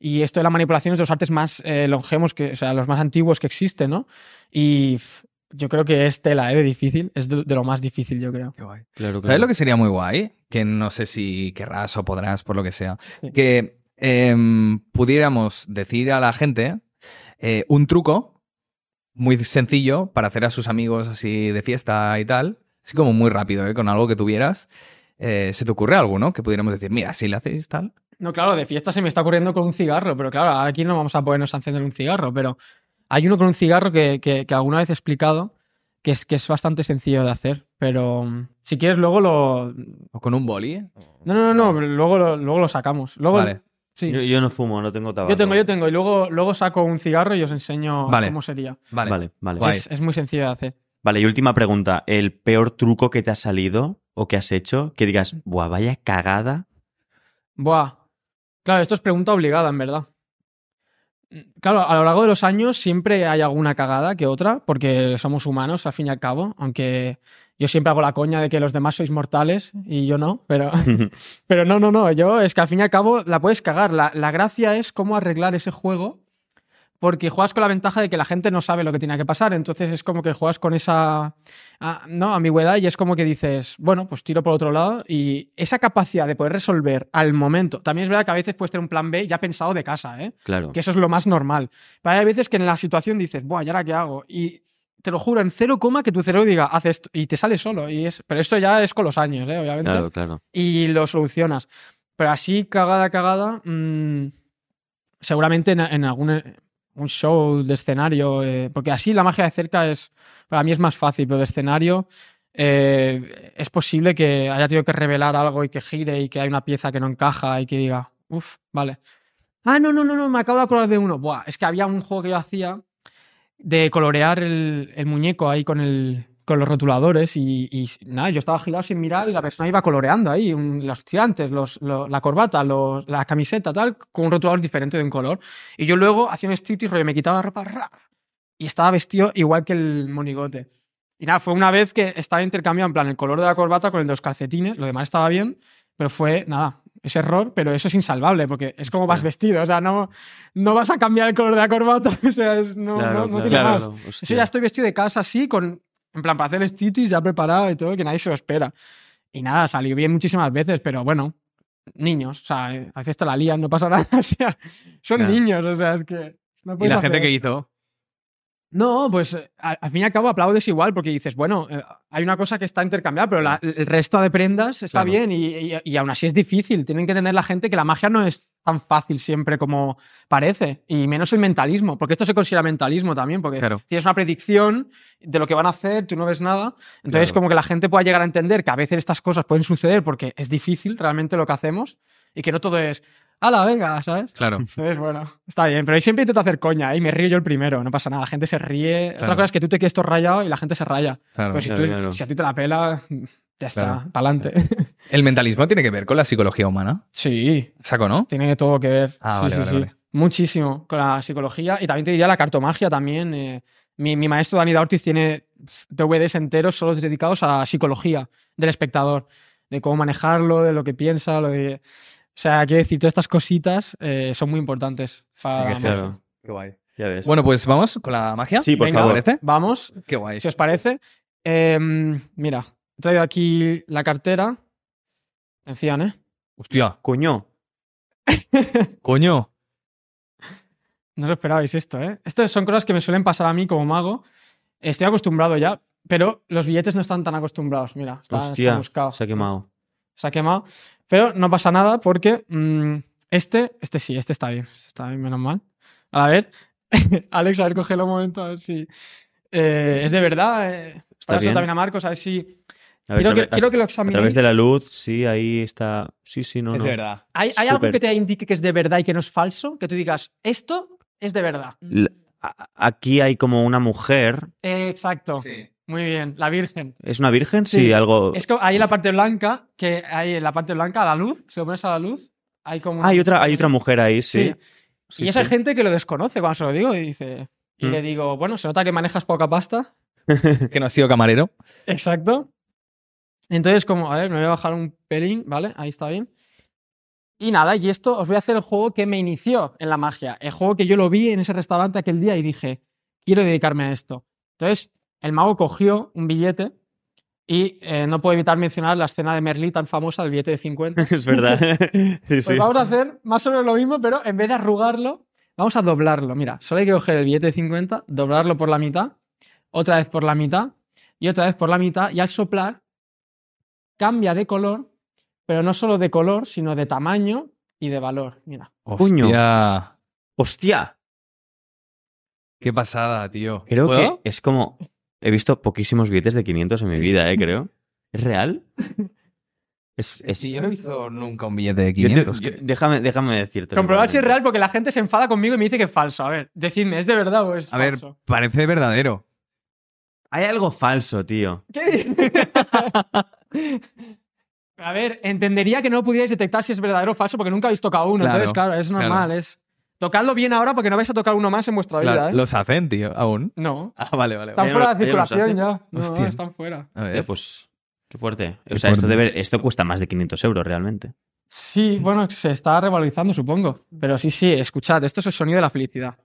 Y esto de la manipulación es de los artes más eh, longevos, que, o sea, los más antiguos que existen, ¿no? Y pf, yo creo que es tela, ¿eh? De difícil, es de, de lo más difícil, yo creo. Qué guay. Claro, claro. ¿Sabes lo que sería muy guay? Que no sé si querrás o podrás, por lo que sea. Sí. Que em, pudiéramos decir a la gente eh, un truco muy sencillo para hacer a sus amigos así de fiesta y tal. Así como muy rápido, ¿eh? con algo que tuvieras. Eh, ¿Se te ocurre alguno que pudiéramos decir, mira, si le hacéis tal? No, claro, de fiesta se me está ocurriendo con un cigarro, pero claro, ahora aquí no vamos a ponernos a encender un cigarro, pero hay uno con un cigarro que, que- que alguna vez he explicado que es, que es bastante sencillo de hacer, pero mm, si quieres luego lo... ¿O con un boli? eh"? No, no, no, no, luego lo, luego lo sacamos. Luego, Vale. Sí. Yo, Yo, yo no fumo, no tengo tabaco. tengo, yo tengo, y luego, luego saco un cigarro y os enseño Vale. cómo sería. Vale. Vale, vale. Guay. Es, es muy sencillo de hacer. Vale, y última pregunta. ¿El peor truco que te ha salido o que has hecho que digas, buah, vaya cagada? Buah. Claro, esto es pregunta obligada, en verdad. Claro, a lo largo de los años siempre hay alguna cagada que otra, porque somos humanos al fin y al cabo, aunque yo siempre hago la coña de que los demás sois mortales y yo no, pero, pero no, no, no, yo es que al fin y al cabo la puedes cagar. La, la gracia es cómo arreglar ese juego, porque juegas con la ventaja de que la gente no sabe lo que tiene que pasar, entonces es como que juegas con esa ah, no, ambigüedad y es como que dices, bueno, pues tiro por otro lado y esa capacidad de poder resolver al momento, también es verdad que a veces puedes tener un plan B ya pensado de casa, ¿eh? Claro. que eso es lo más normal. Pero hay veces que en la situación dices, buah, ¿y ahora qué hago? Y te lo juro, en cero coma que tu cerebro diga, haz esto, y te sale solo. Y es, pero esto ya es con los años, ¿eh? obviamente. Claro, claro. Y lo solucionas. Pero así, cagada, cagada, mm, seguramente en, en algún eh, un show de escenario, eh, porque así la magia de cerca es, para mí es más fácil, pero de escenario eh, es posible que haya tenido que revelar algo y que gire y que hay una pieza que no encaja y que diga, uff, vale. Ah, no, no, no, no, me acabo de acordar de uno. Buah, es que había un juego que yo hacía de colorear el, el muñeco ahí con, el, con los rotuladores y, y nada, yo estaba girado sin mirar y la persona iba coloreando ahí un- los tirantes, los, lo- la corbata, los- la camiseta, tal, con un rotulador diferente de un color. Y yo luego hacía un striptease, rollo, me quitaba la ropa ra, y estaba vestido igual que el monigote. Y nada, fue una vez que estaba intercambiado en plan el color de la corbata con el de los calcetines, lo demás estaba bien, pero fue nada, ese error, pero eso es insalvable porque es como vas Claro. vestido, o sea, no, no vas a cambiar el color de la corbata, o sea, es- no, Claro, no- no claro, tiene claro. más. Eso Hostia. Pues ya estoy vestido de casa así, con, en plan para hacer el striptease ya preparado y todo, que nadie se lo espera. Y nada, salió bien muchísimas veces, pero bueno, niños, o sea, eh, a veces te la lían, no pasa nada, o sea, son Claro. niños, o sea, es que... no Y puedes la hacer gente que hizo. no, pues eh, a- al fin y al cabo aplaudes igual porque dices, bueno, eh, hay una cosa que está intercambiada, pero la- el resto de prendas está Claro. bien y, y- y aún así es difícil. Tienen que tener la gente que la magia no es tan fácil siempre como parece, y menos el mentalismo, porque esto se considera mentalismo también, porque Claro. tienes una predicción de lo que van a hacer, tú no ves nada, entonces Claro. como que la gente pueda llegar a entender que a veces estas cosas pueden suceder porque es difícil realmente lo que hacemos y que no todo es, ala, venga, ¿sabes? Claro. Entonces, bueno, está bien, pero yo siempre intento hacer coña ¿eh? y me río yo el primero, no pasa nada, la gente se ríe. Claro. Otra cosa es que tú te quedes todo rayado y la gente se raya. claro. pero si, claro, tú- claro. si a ti te la pela, ya está, Claro. para adelante. El mentalismo tiene que ver con la psicología humana. sí, Saco, ¿no? tiene todo que ver. Ah, sí, vale, sí, vale, sí. vale. Muchísimo con la psicología y también te diría la cartomagia también. eh, mi, mi maestro Dani Ortiz tiene DVDs enteros solo dedicados a la psicología del espectador, de cómo manejarlo, de lo que piensa, lo de... O sea, quiero decir, todas estas cositas eh, son muy importantes. para qué la genial. magia. Claro. Qué guay. Ya ves. Bueno, pues vamos con la magia. Sí, por Venga, favor. ¿parece? Vamos, Qué guay. si os parece. Em, mira, he traído aquí la cartera. Atención, ¿eh? Hostia, coño. coño. No os esperabais esto, ¿eh? Estas son cosas que me suelen pasar a mí como mago. Estoy acostumbrado ya, pero los billetes no están tan acostumbrados. Mira, está, está Hostia, buscado. Se ha quemado. Se ha quemado. Pero no pasa nada porque mm, este, este sí, este está bien. Este Está bien, menos mal. A ver, Alex, a ver, cógelo un momento, a ver si. Eh, es de verdad. Eh, Está Ahora se lo bien. también a Marcos, a ver si. A ver, quiero, a que, ver, a- quiero que lo a examinéis. través de la luz, sí, ahí está. Sí, sí, no, es no. de verdad. ¿Hay, hay algo Súper. que te indique que es de verdad y que no es falso? Que tú digas, esto es de verdad. La- a- Aquí hay como una mujer. Exacto. Muy bien, la Virgen. ¿Es una virgen? Sí, Sí. algo. Es que ahí en la parte blanca, que hay en la parte blanca, a la luz, si lo pones a la luz, hay como... una- Ah, hay otra, hay otra mujer ahí, sí. Sí. Sí, y esa sí. gente que lo desconoce cuando se lo digo y dice... Y Mm. le digo, bueno, se nota que manejas poca pasta. Que no has sido camarero. Exacto. Entonces, como, a ver, me voy a bajar un pelín, ¿vale? Ahí está bien. Y nada, y esto os voy a hacer el juego que me inició en la magia. El juego que yo lo vi en ese restaurante aquel día y dije, quiero dedicarme a esto. Entonces, el mago cogió un billete y eh, no puedo evitar mencionar la escena de Merlí tan famosa del billete de 50. Es verdad. sí, Pues sí. vamos a hacer más o menos lo mismo, pero en vez de arrugarlo, vamos a doblarlo. Mira, solo hay que coger el billete de 50, doblarlo por la mitad, otra vez por la mitad y otra vez por la mitad, y al soplar cambia de color, pero no solo de color, sino de tamaño y de valor. Mira. Coño. Hostia. ¡Hostia! Qué pasada, tío. Creo ¿Puedo? que es como. He visto poquísimos billetes de 500 en mi vida, ¿eh? Creo. ¿Es real? Es. es- Sí, yo no he visto nunca un billete de yo te- 500. yo- déjame, déjame decirte. Comprobar si es real porque la gente se enfada conmigo y me dice que es falso. A ver, decidme, ¿es de verdad o es A ver, falso? parece verdadero. Hay algo falso, tío. ¿Qué? A ver, entendería que no pudierais detectar si es verdadero o falso porque nunca habéis tocado uno. Claro, entonces, claro, es normal. claro. Es... Tocadlo bien ahora porque no vais a tocar uno más en vuestra vida, Claro, ¿eh? Los hacen, tío, aún. No. Ah, vale, vale. Están vale. Ellos- fuera de ellos los circulación hacen. ya. No, Hostia. están fuera. A ver. Hostia, pues qué fuerte. Qué o sea, Esto, fuerte. debe- esto cuesta más de 500 euros realmente. Sí, bueno, se está revalorizando, supongo. Pero sí, sí, escuchad, esto es el sonido de la felicidad.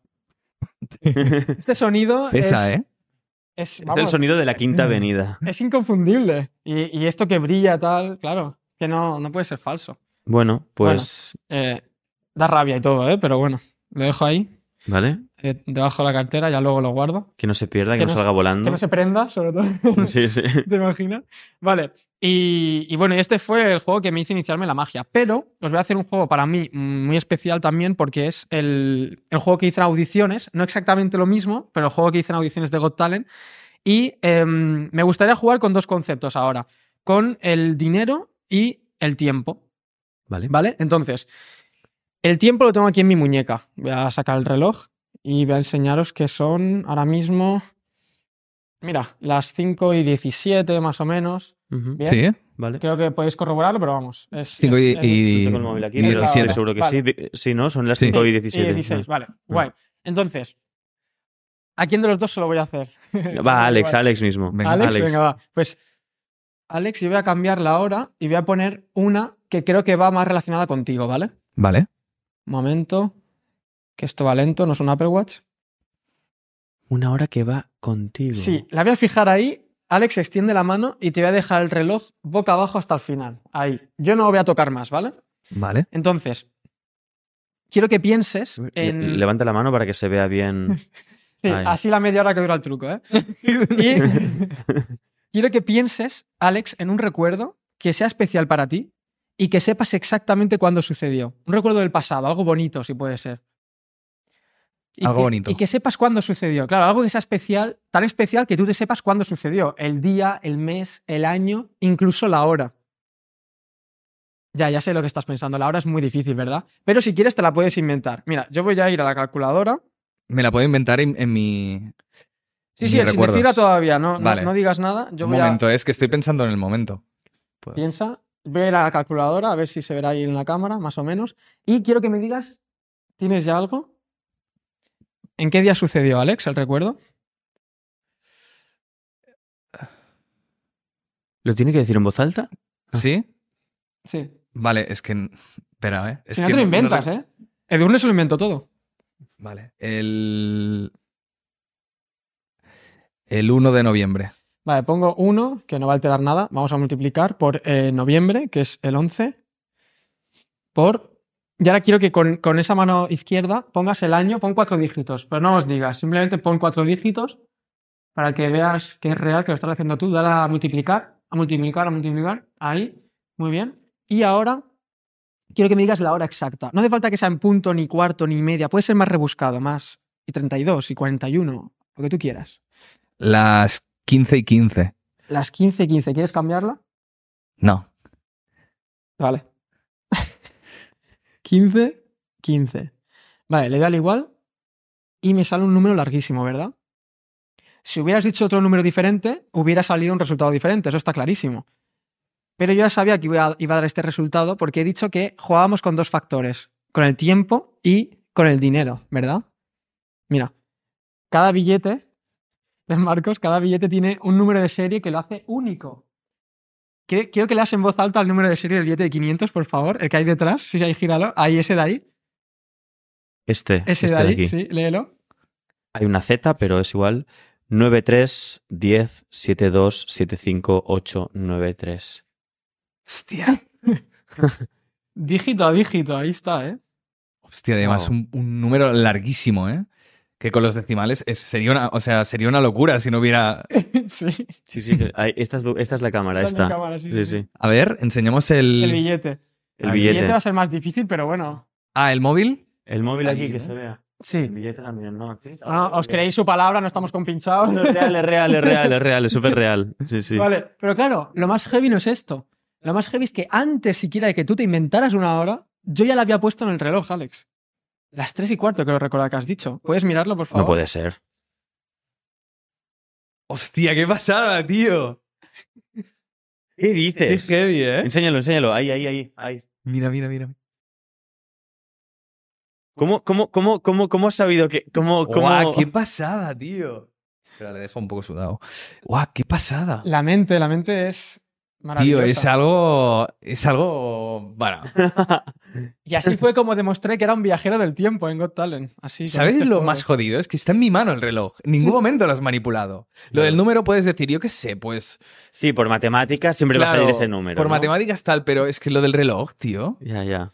Este sonido Esa, es, ¿eh? es, es el vamos, Mm. sonido de la quinta avenida. es inconfundible. Y, y esto que brilla tal, claro, que no, no puede ser falso. Bueno, pues. Eh, da rabia y todo, ¿eh? Pero bueno, lo dejo ahí, ¿Vale? eh, debajo de la cartera, ya luego lo guardo. Que no se pierda, que, Que no no salga volando. Que no se prenda, sobre todo. Sí, sí. ¿Te imaginas? Vale. Y, y bueno, y este fue el juego que me hizo iniciarme en la magia. Pero os voy a hacer un juego para mí mm, muy especial también porque es el, el juego que hice en audiciones. No exactamente lo mismo, pero el juego que hice en audiciones de Got Talent. Y em, me gustaría jugar con dos conceptos ahora. Con el dinero y el tiempo. Vale. ¿Vale? Entonces, el tiempo lo tengo aquí en mi muñeca. Voy a sacar el reloj y voy a enseñaros que son ahora mismo. Mira, las 5 y 17 más o menos. Ujú. Bien. Sí. Vale. Creo que podéis corroborarlo, pero vamos. Es, 5 es- y, es- y, Yo tengo el móvil aquí, y pero 17. estoy seguro que sí. Di- Sí, ¿no? Son las Sí. 5 y y 16. 16, Mm. vale. Guay. Entonces, ¿a quién de los dos se lo voy a hacer? Va, Alex, Alex mismo. Venga, Alex, Alex. venga, va. Pues, Alex, yo voy a cambiar la hora y voy a poner una que creo que va más relacionada contigo, ¿vale? Vale. Momento. Que esto va lento, no es un Apple Watch. Una hora que va contigo. Sí, la voy a fijar ahí. Alex, extiende la mano y te voy a dejar el reloj boca abajo hasta el final. Ahí. Yo no voy a tocar más, ¿vale? Vale. Entonces, quiero que pienses Le- en. Levanta la mano para que se vea bien. Sí, ahí. así la media hora que dura el truco, ¿eh? Y quiero que pienses, Alex, en un recuerdo que sea especial para ti y que sepas exactamente cuándo sucedió. Un recuerdo del pasado, algo bonito, si puede ser. Algo que- bonito. Y que sepas cuándo sucedió. Claro, algo que sea especial, tan especial que tú te sepas cuándo sucedió. El día, el mes, el año, incluso la hora. Ya, ya sé lo que estás pensando. La hora es muy difícil, ¿verdad? Pero si quieres te la puedes inventar. Mira, yo voy a ir a la calculadora. Me la puedo inventar en, en mi. Sí, en mis sí, el sin recuerdos. decirla todavía, no, no- Vale. no, digas nada. Yo Un voy momento, es que estoy pensando en el momento. a. Piensa, voy a ir a la calculadora, a ver si se verá ahí en la cámara, más o menos. Y quiero que me digas, ¿tienes ya algo? ¿En qué día sucedió, Alex, el recuerdo? ¿Lo tiene que decir en voz alta? ¿Sí? Sí. Vale, es que. Espera, ¿eh? Es si no que te lo inventas, ¿eh? Edurne se lo inventó todo. Vale. El. El 1 de noviembre. Vale, pongo 1, que no va a alterar nada. Vamos a multiplicar por eh, noviembre, que es el 11, por... Y ahora quiero que con, con esa mano izquierda pongas el año, pon cuatro dígitos, pero no os digas, simplemente pon cuatro dígitos para que veas que es real, que lo estás haciendo tú. Dale a multiplicar, a multiplicar, a multiplicar. Ahí, muy bien. Y ahora quiero que me digas la hora exacta. No hace falta que sea en punto, ni cuarto, ni media. Puede ser más rebuscado, más. Y 32, y 41, lo que tú quieras. Las 15 y 15. Las 15 y 15, ¿quieres cambiarla? No. Vale. 15, 15. Vale, le doy al igual y me sale un número larguísimo, ¿verdad? Si hubieras dicho otro número diferente, hubiera salido un resultado diferente, eso está clarísimo. Pero yo ya sabía que iba a, iba a dar este resultado porque he dicho que jugábamos con dos factores, con el tiempo y con el dinero, ¿verdad? Mira, cada billete de Marcos, cada billete tiene un número de serie que lo hace único. Quiero, quiero que leas en voz alta el número de serie del billete de 500, por favor. El que hay detrás, si hay gíralo. Ahí, ese de ahí. Este. Ese este de ahí, aquí. sí, léelo. Hay una Z, pero es igual. 93 10 72 75 8 93. Hostia. Dígito a dígito, ahí está, ¿eh? Hostia, además Wow. un, un número larguísimo, ¿eh? Que con los decimales es- sería una, o sea, sería una locura si no hubiera. sí. Sí, sí. que- ahí- esta, es, du- esta es la cámara, Dame esta. cámara, sí, Sí, sí, sí. A ver, enseñamos El el. billete. El El El billete. billete va a ser más difícil, pero bueno. Ah, el móvil. El móvil Ahí, aquí, que ¿no? se vea. El Sí. billete también, ¿no? Aquí. Bueno, Ah, os creéis su palabra, no estamos compinchados. No, es real, es real, es real, es real, es súper real. Sí, sí. Vale, pero claro, lo más heavy no es esto. Lo más heavy es que antes siquiera de que tú te inventaras una hora, yo ya la había puesto en el reloj, Alex. Las 3 y cuarto, creo recordar que has dicho. ¿Puedes mirarlo, por favor? No puede ser. Hostia, qué pasada, tío. ¿Qué Qué dices? heavy, ¿eh? Enséñalo, enséñalo. Ahí, ahí, ahí. ahí. Mira, mira, mira. ¿Cómo, cómo, cómo, cómo, cómo has sabido que.? Cómo, cómo... ¡Guau, qué pasada, tío! Pero le dejo un poco sudado. ¡Guau, qué pasada! La mente, la mente es Tío, maravillosa. es algo. Es algo. Bueno. Y así fue como demostré que era un viajero del tiempo en Got Talent. Así, con ¿Sabes este lo juego. más jodido? Es que está en mi mano el reloj. En ningún momento lo has manipulado. Lo Claro. del número puedes decir, yo qué sé, pues. Sí, por matemáticas siempre va a salir claro, ese número. Por ¿no? matemáticas tal, pero es que lo del reloj, tío. Ya, ya.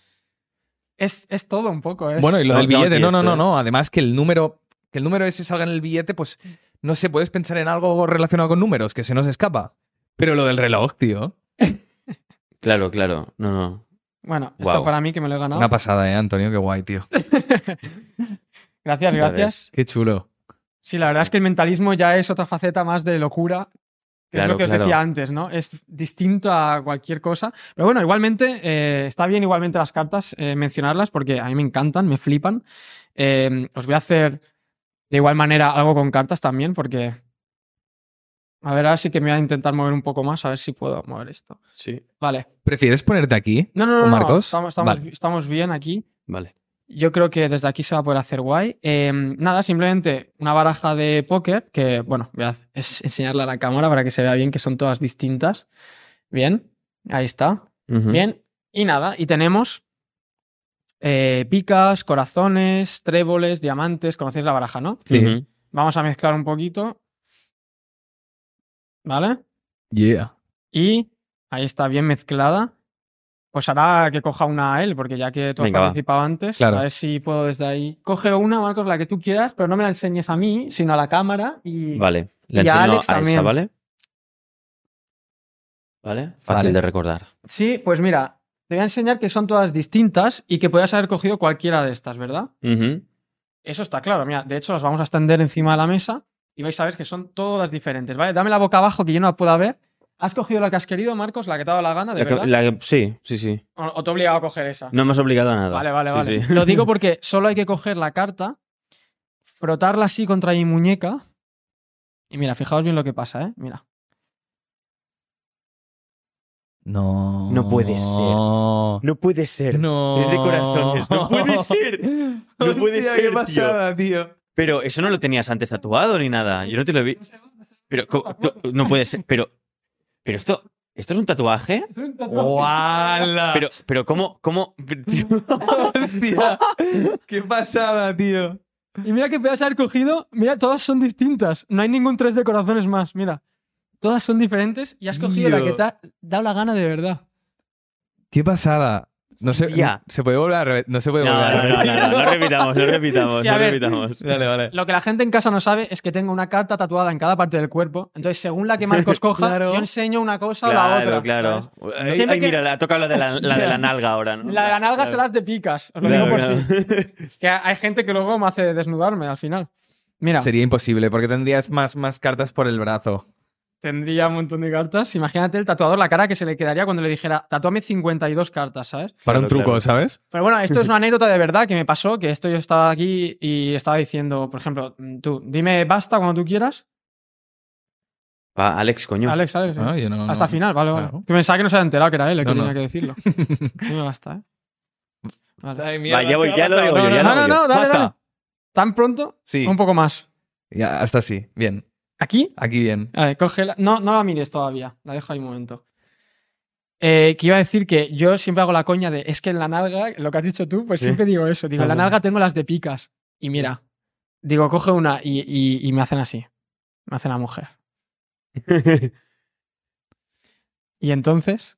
Es, es todo un poco. Es, Bueno, y lo No, del tengo billete. aquí No, no, esto, no, ¿eh? no. Además que el número. Que el número ese salga en el billete, pues. No sé, puedes pensar en algo relacionado con números, que se nos escapa. Pero lo del reloj, tío. Claro, claro. No, no. Bueno, esto Guau. para mí que me lo he ganado. Una pasada, ¿eh, Antonio? Qué guay, tío. gracias, Ya gracias. Qué chulo. Sí, la verdad es que el mentalismo ya es otra faceta más de locura. que es Claro, lo que os claro. decía antes, ¿no? Es distinto a cualquier cosa. Pero bueno, igualmente, eh, está bien igualmente las cartas eh, mencionarlas porque a mí me encantan, me flipan. Eh, os voy a hacer de igual manera algo con cartas también porque... A ver, ahora sí que me voy a intentar mover un poco más, a ver si puedo mover esto. Sí. Vale. ¿Prefieres ponerte aquí? No, no, no, ¿Con no, Marcos? Estamos, estamos- Vale. estamos bien aquí. Vale. Yo creo que desde aquí se va a poder hacer guay. Eh, nada, simplemente una baraja de póker que, bueno, voy a hac- es- enseñarla a la cámara para que se vea bien que son todas distintas. Bien, ahí está. Mm. Ujú. Bien, y nada, y tenemos eh, picas, corazones, tréboles, diamantes. Conocéis la baraja, ¿no? Sí. Ujú. Vamos a mezclar un poquito. ¿Vale? Yeah. Y ahí está bien mezclada. Pues hará que coja una a él, porque ya que tú has Venga, va. participado antes, Claro. a ver si puedo desde ahí. Coge una, Marcos, la que tú quieras, pero no me la enseñes a mí, sino a la cámara. Y Vale. Le Y a enseño a, Alex esa, también. ¿vale? ¿Vale? Fácil Vale. de recordar. sí, pues mira, te voy a enseñar que son todas distintas y que podías haber cogido cualquiera de estas, ¿verdad? Ujú. Eso está claro, mira, de hecho las vamos a extender encima de la mesa y vais a ver que son todas diferentes, ¿vale? Dame la boca abajo que yo no la pueda ver. ¿Has cogido la que has querido, Marcos, la que te ha dado la gana, de La que- verdad? la que- sí, sí, sí. ¿O, o te he obligado a coger esa? No me has obligado a nada. Vale, vale, Sí, vale. sí. Lo digo porque solo hay que coger la carta, frotarla así contra mi muñeca. Y mira, fijaos bien lo que pasa, ¿eh? Mira. No. No puede ser. No. No puede ser. No. Es de corazones. No puede ser. No puede ser, Qué tío. pasada, tío. Pero eso no lo tenías antes tatuado ni nada. Yo no te lo vi. Pero co- tú- no puede ser. Pero, pero esto, esto es un tatuaje. Ah. ¡Wala! Pero, pero cómo, cómo. Hostia. Qué pasada, tío. Y mira que puedes haber cogido. Mira, todas son distintas. No hay ningún tres de corazones más, mira. Todas son diferentes y has cogido la Tío. que te ha dado la gana de verdad. Qué pasada. No se, Hostia. se puede volver a repetir. No se No, puede volver a no, no, no, no, no repitamos, no repitamos, Sí, a no ver. repitamos. Dale, vale. Lo que la gente en casa no sabe es que tengo una carta tatuada en cada parte del cuerpo. Entonces, según la que Marcos coja, Claro. yo enseño una cosa o la Claro, otra. ¿sabes? claro. Ay, Tiene ay, que- mira, la, toca la de la, la de la nalga ahora, ¿no? La de la nalga Claro. se las de picas. Os lo Claro, digo por si. claro. Que ha- hay gente que luego me hace desnudarme al final. Mira, Sería imposible porque tendrías más, más cartas por el brazo. tendría un montón de cartas. Imagínate el tatuador, la cara que se le quedaría cuando le dijera, tatúame 52 cartas, ¿sabes? Para Claro, un truco, claro. ¿sabes? Pero bueno, esto es una anécdota de verdad que me pasó, que esto yo estaba aquí y estaba diciendo, por ejemplo, mm, tú, dime basta cuando tú quieras. Va, Alex, coño. Alex, Alex. ¿eh? Ah, yo no- Hasta no. final, vale, vale. Claro. Que pensaba que no se había enterado que era él el que No, no. tenía que decirlo. Dime basta, ¿eh? Vale. Ay, mierda, Va, ya voy, ¿qué ya ha lo digo pasado? yo, ya lo no, no, digo yo. no, dale, Basta. dale. ¿Tan pronto? Sí. Un poco más. Ya, hasta así. Bien. ¿Aquí? Aquí bien. A ver, cógela. No, no la mires todavía. La dejo ahí un momento. Eh, que iba a decir que yo siempre hago la coña de es que en la nalga, lo que has dicho tú, pues Sí. siempre digo eso. Digo, en la Ajá. nalga tengo las de picas. Y mira, digo, coge una y, y- y me hacen así. Me hacen a mujer. Y entonces,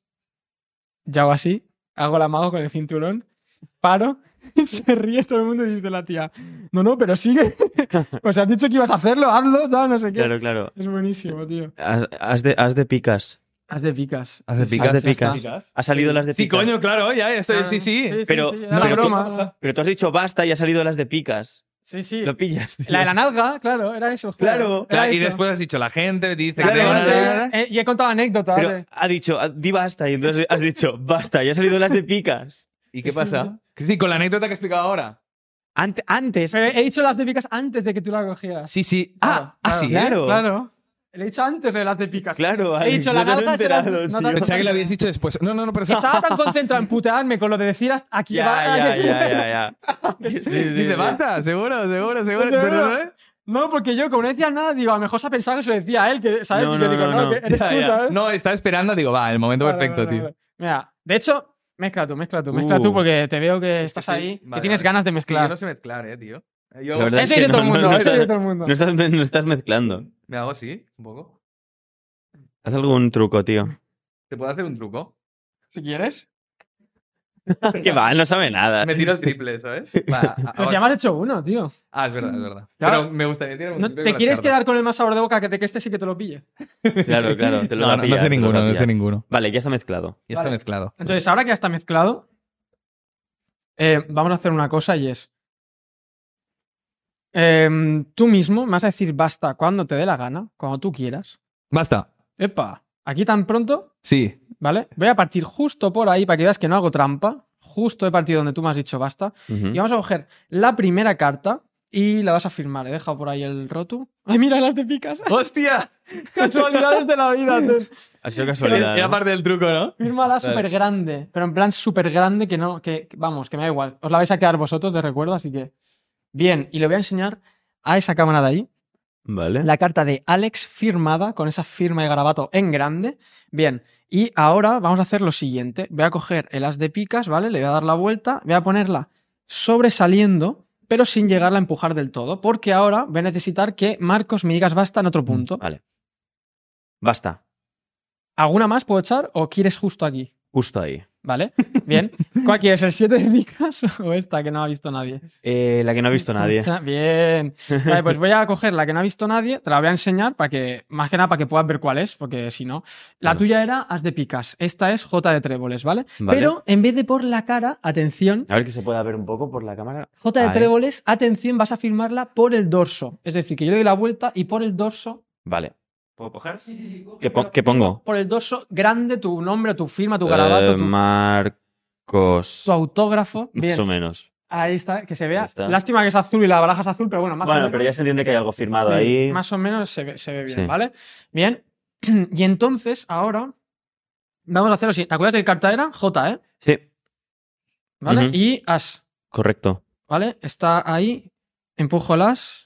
ya hago así, hago la mago con el cinturón, paro, se ríe todo el mundo y dice la tía, no, no, pero sigue. pues has dicho que ibas a hacerlo, hazlo, tal, no sé qué. Claro, claro. Es buenísimo, tío. Haz, haz de, haz de picas. Haz de picas. Haz de Sí, sí, picas, ya haz de está. picas. Ha salido las de Eh, Sí, picas. coño, claro, ya estoy. Ah, Sí, sí. Pero- era no, una pero tú- broma. Pero tú has dicho basta y ha salido las de picas. Sí, sí. Lo pillas. tío. La de la nalga, claro, era eso. joder, Claro. era Claro, y eso. después has dicho, la gente dice Claro, que tengo la- antes, una- eh, y he contado anécdotas. eh. Pero de- ha dicho, ah, di basta, y entonces has dicho, basta, y ha salido las de picas. ¿Y qué Sí, pasa? Que Sí, con la anécdota que he explicado ahora. Ante- antes, pero he dicho las típicas antes de que tú la cogieras. Sí, sí. Claro, Ah, así. claro. Claro. Le he dicho antes lo de las de picas. Claro, He dicho, la yo no me he nalga se la- enterado, no tío. te- Pensaba que lo habías dicho después. No, no, no, pero eso- Estaba tan concentrado en putearme con lo de decir hasta aquí va. Ya, ya, ya, ya, ya. Sí, sí, sí, Dice, sí. basta, seguro, seguro, seguro. Seguro. Pero no, ¿eh? No, porque yo, como no decía nada, digo, a lo mejor se ha pensado que se lo decía a él, que, ¿sabes? No, y yo no, digo, no, no, no. que eres Ya, tú, ya. ¿sabes? No, estaba esperando, digo, va, el momento Vale, perfecto, vale, tío. vale. Mira, de hecho, mezcla tú, mezcla tú, mezcla tú, Uh. porque te veo que estás sí. ahí, que Vale, tienes vale. ganas de Es que yo mezclar. no sé mezclar, eh, tío. Yo La verdad es Eso que dice no- todo el no- mundo, no eso sé- dice todo el mundo. No estás, no estás mezclando. me hago así, un poco. Haz algún truco, tío. ¿Te puedo hacer un truco? Si quieres. Ah, que va, no sabe nada. Me tiro el triple, ¿sabes? Va, a- Pero si ahora- ya me has hecho uno, tío. Ah, es verdad, es verdad. Ya. Pero me gustaría tirar un No- triple ¿Te con las quieres cartas. quedar con el más sabor de boca que te que este sí que te lo pille? Claro, claro. Te lo No, va a no, no pillar, sé te lo va a ninguno, no sé pillar. ninguno. Vale, ya está mezclado. Ya está Vale. mezclado. Entonces, ahora que ya está mezclado, eh, vamos a hacer una cosa y es. em, tú mismo me vas a decir basta cuando te dé la gana, cuando tú quieras. Basta. Epa, aquí tan pronto, Sí. ¿vale? Voy a partir justo por ahí para que veas que no hago trampa. Justo he partido donde tú me has dicho basta. Ujú. Y vamos a coger la primera carta y la vas a firmar. He dejado por ahí el rotu. ¡Ay, mira las de picas! ¡Hostia! Casualidades de la vida, tú. Ha sido casualidad. Era ¿no? parte del truco, ¿no? Fírmala Vale. súper grande, pero en plan súper grande que no, que que- vamos, que me da igual. Os la vais a quedar vosotros de recuerdo, así que. Bien, y le voy a enseñar a esa cámara de ahí Vale. la carta de Alex firmada con esa firma de garabato en grande. Bien, y ahora vamos a hacer lo siguiente. Voy a coger el as de picas, ¿vale? Le voy a dar la vuelta, voy a ponerla sobresaliendo, pero sin llegarla a empujar del todo, porque ahora voy a necesitar que Marcos me digas basta en otro punto. Vale. Basta. ¿Alguna más puedo echar o quieres justo aquí? Justo ahí. ¿Vale? Bien. ¿Cuál quieres? ¿El 7 de picas o esta que no ha visto nadie? Eh, la que no ha visto nadie. Cha, Bien. Vale, pues voy a coger la que no ha visto nadie, te la voy a enseñar para que, más que nada, para que puedas ver cuál es, porque si no. La Claro. tuya era As de picas, esta es J de tréboles, ¿vale? Vale. Pero en vez de por la cara, atención, A ver que se pueda ver un poco por la cámara. J de Ahí. tréboles, atención, vas a firmarla por el dorso. Es decir, que yo le doy la vuelta y por el dorso. Vale. ¿Puedo coger? ¿Qué, po- qué pongo? Por el dorso grande, tu nombre, tu firma, tu garabato, Eh, tu, Marcos. su autógrafo. Más Bien. o menos. Ahí está, que se Ahí vea. está. Lástima que es azul y la baraja es azul, pero bueno, más o Bueno, menos. pero ya se entiende que hay algo firmado ahí. Más o menos se ve, se ve bien, Sí. ¿vale? Bien. Y entonces, ahora vamos a hacer lo siguiente. ¿Te acuerdas del carta era? J, ¿eh? Sí, ¿Vale? Ujú. Y as, correcto. ¿vale? Está ahí. Empujo el as.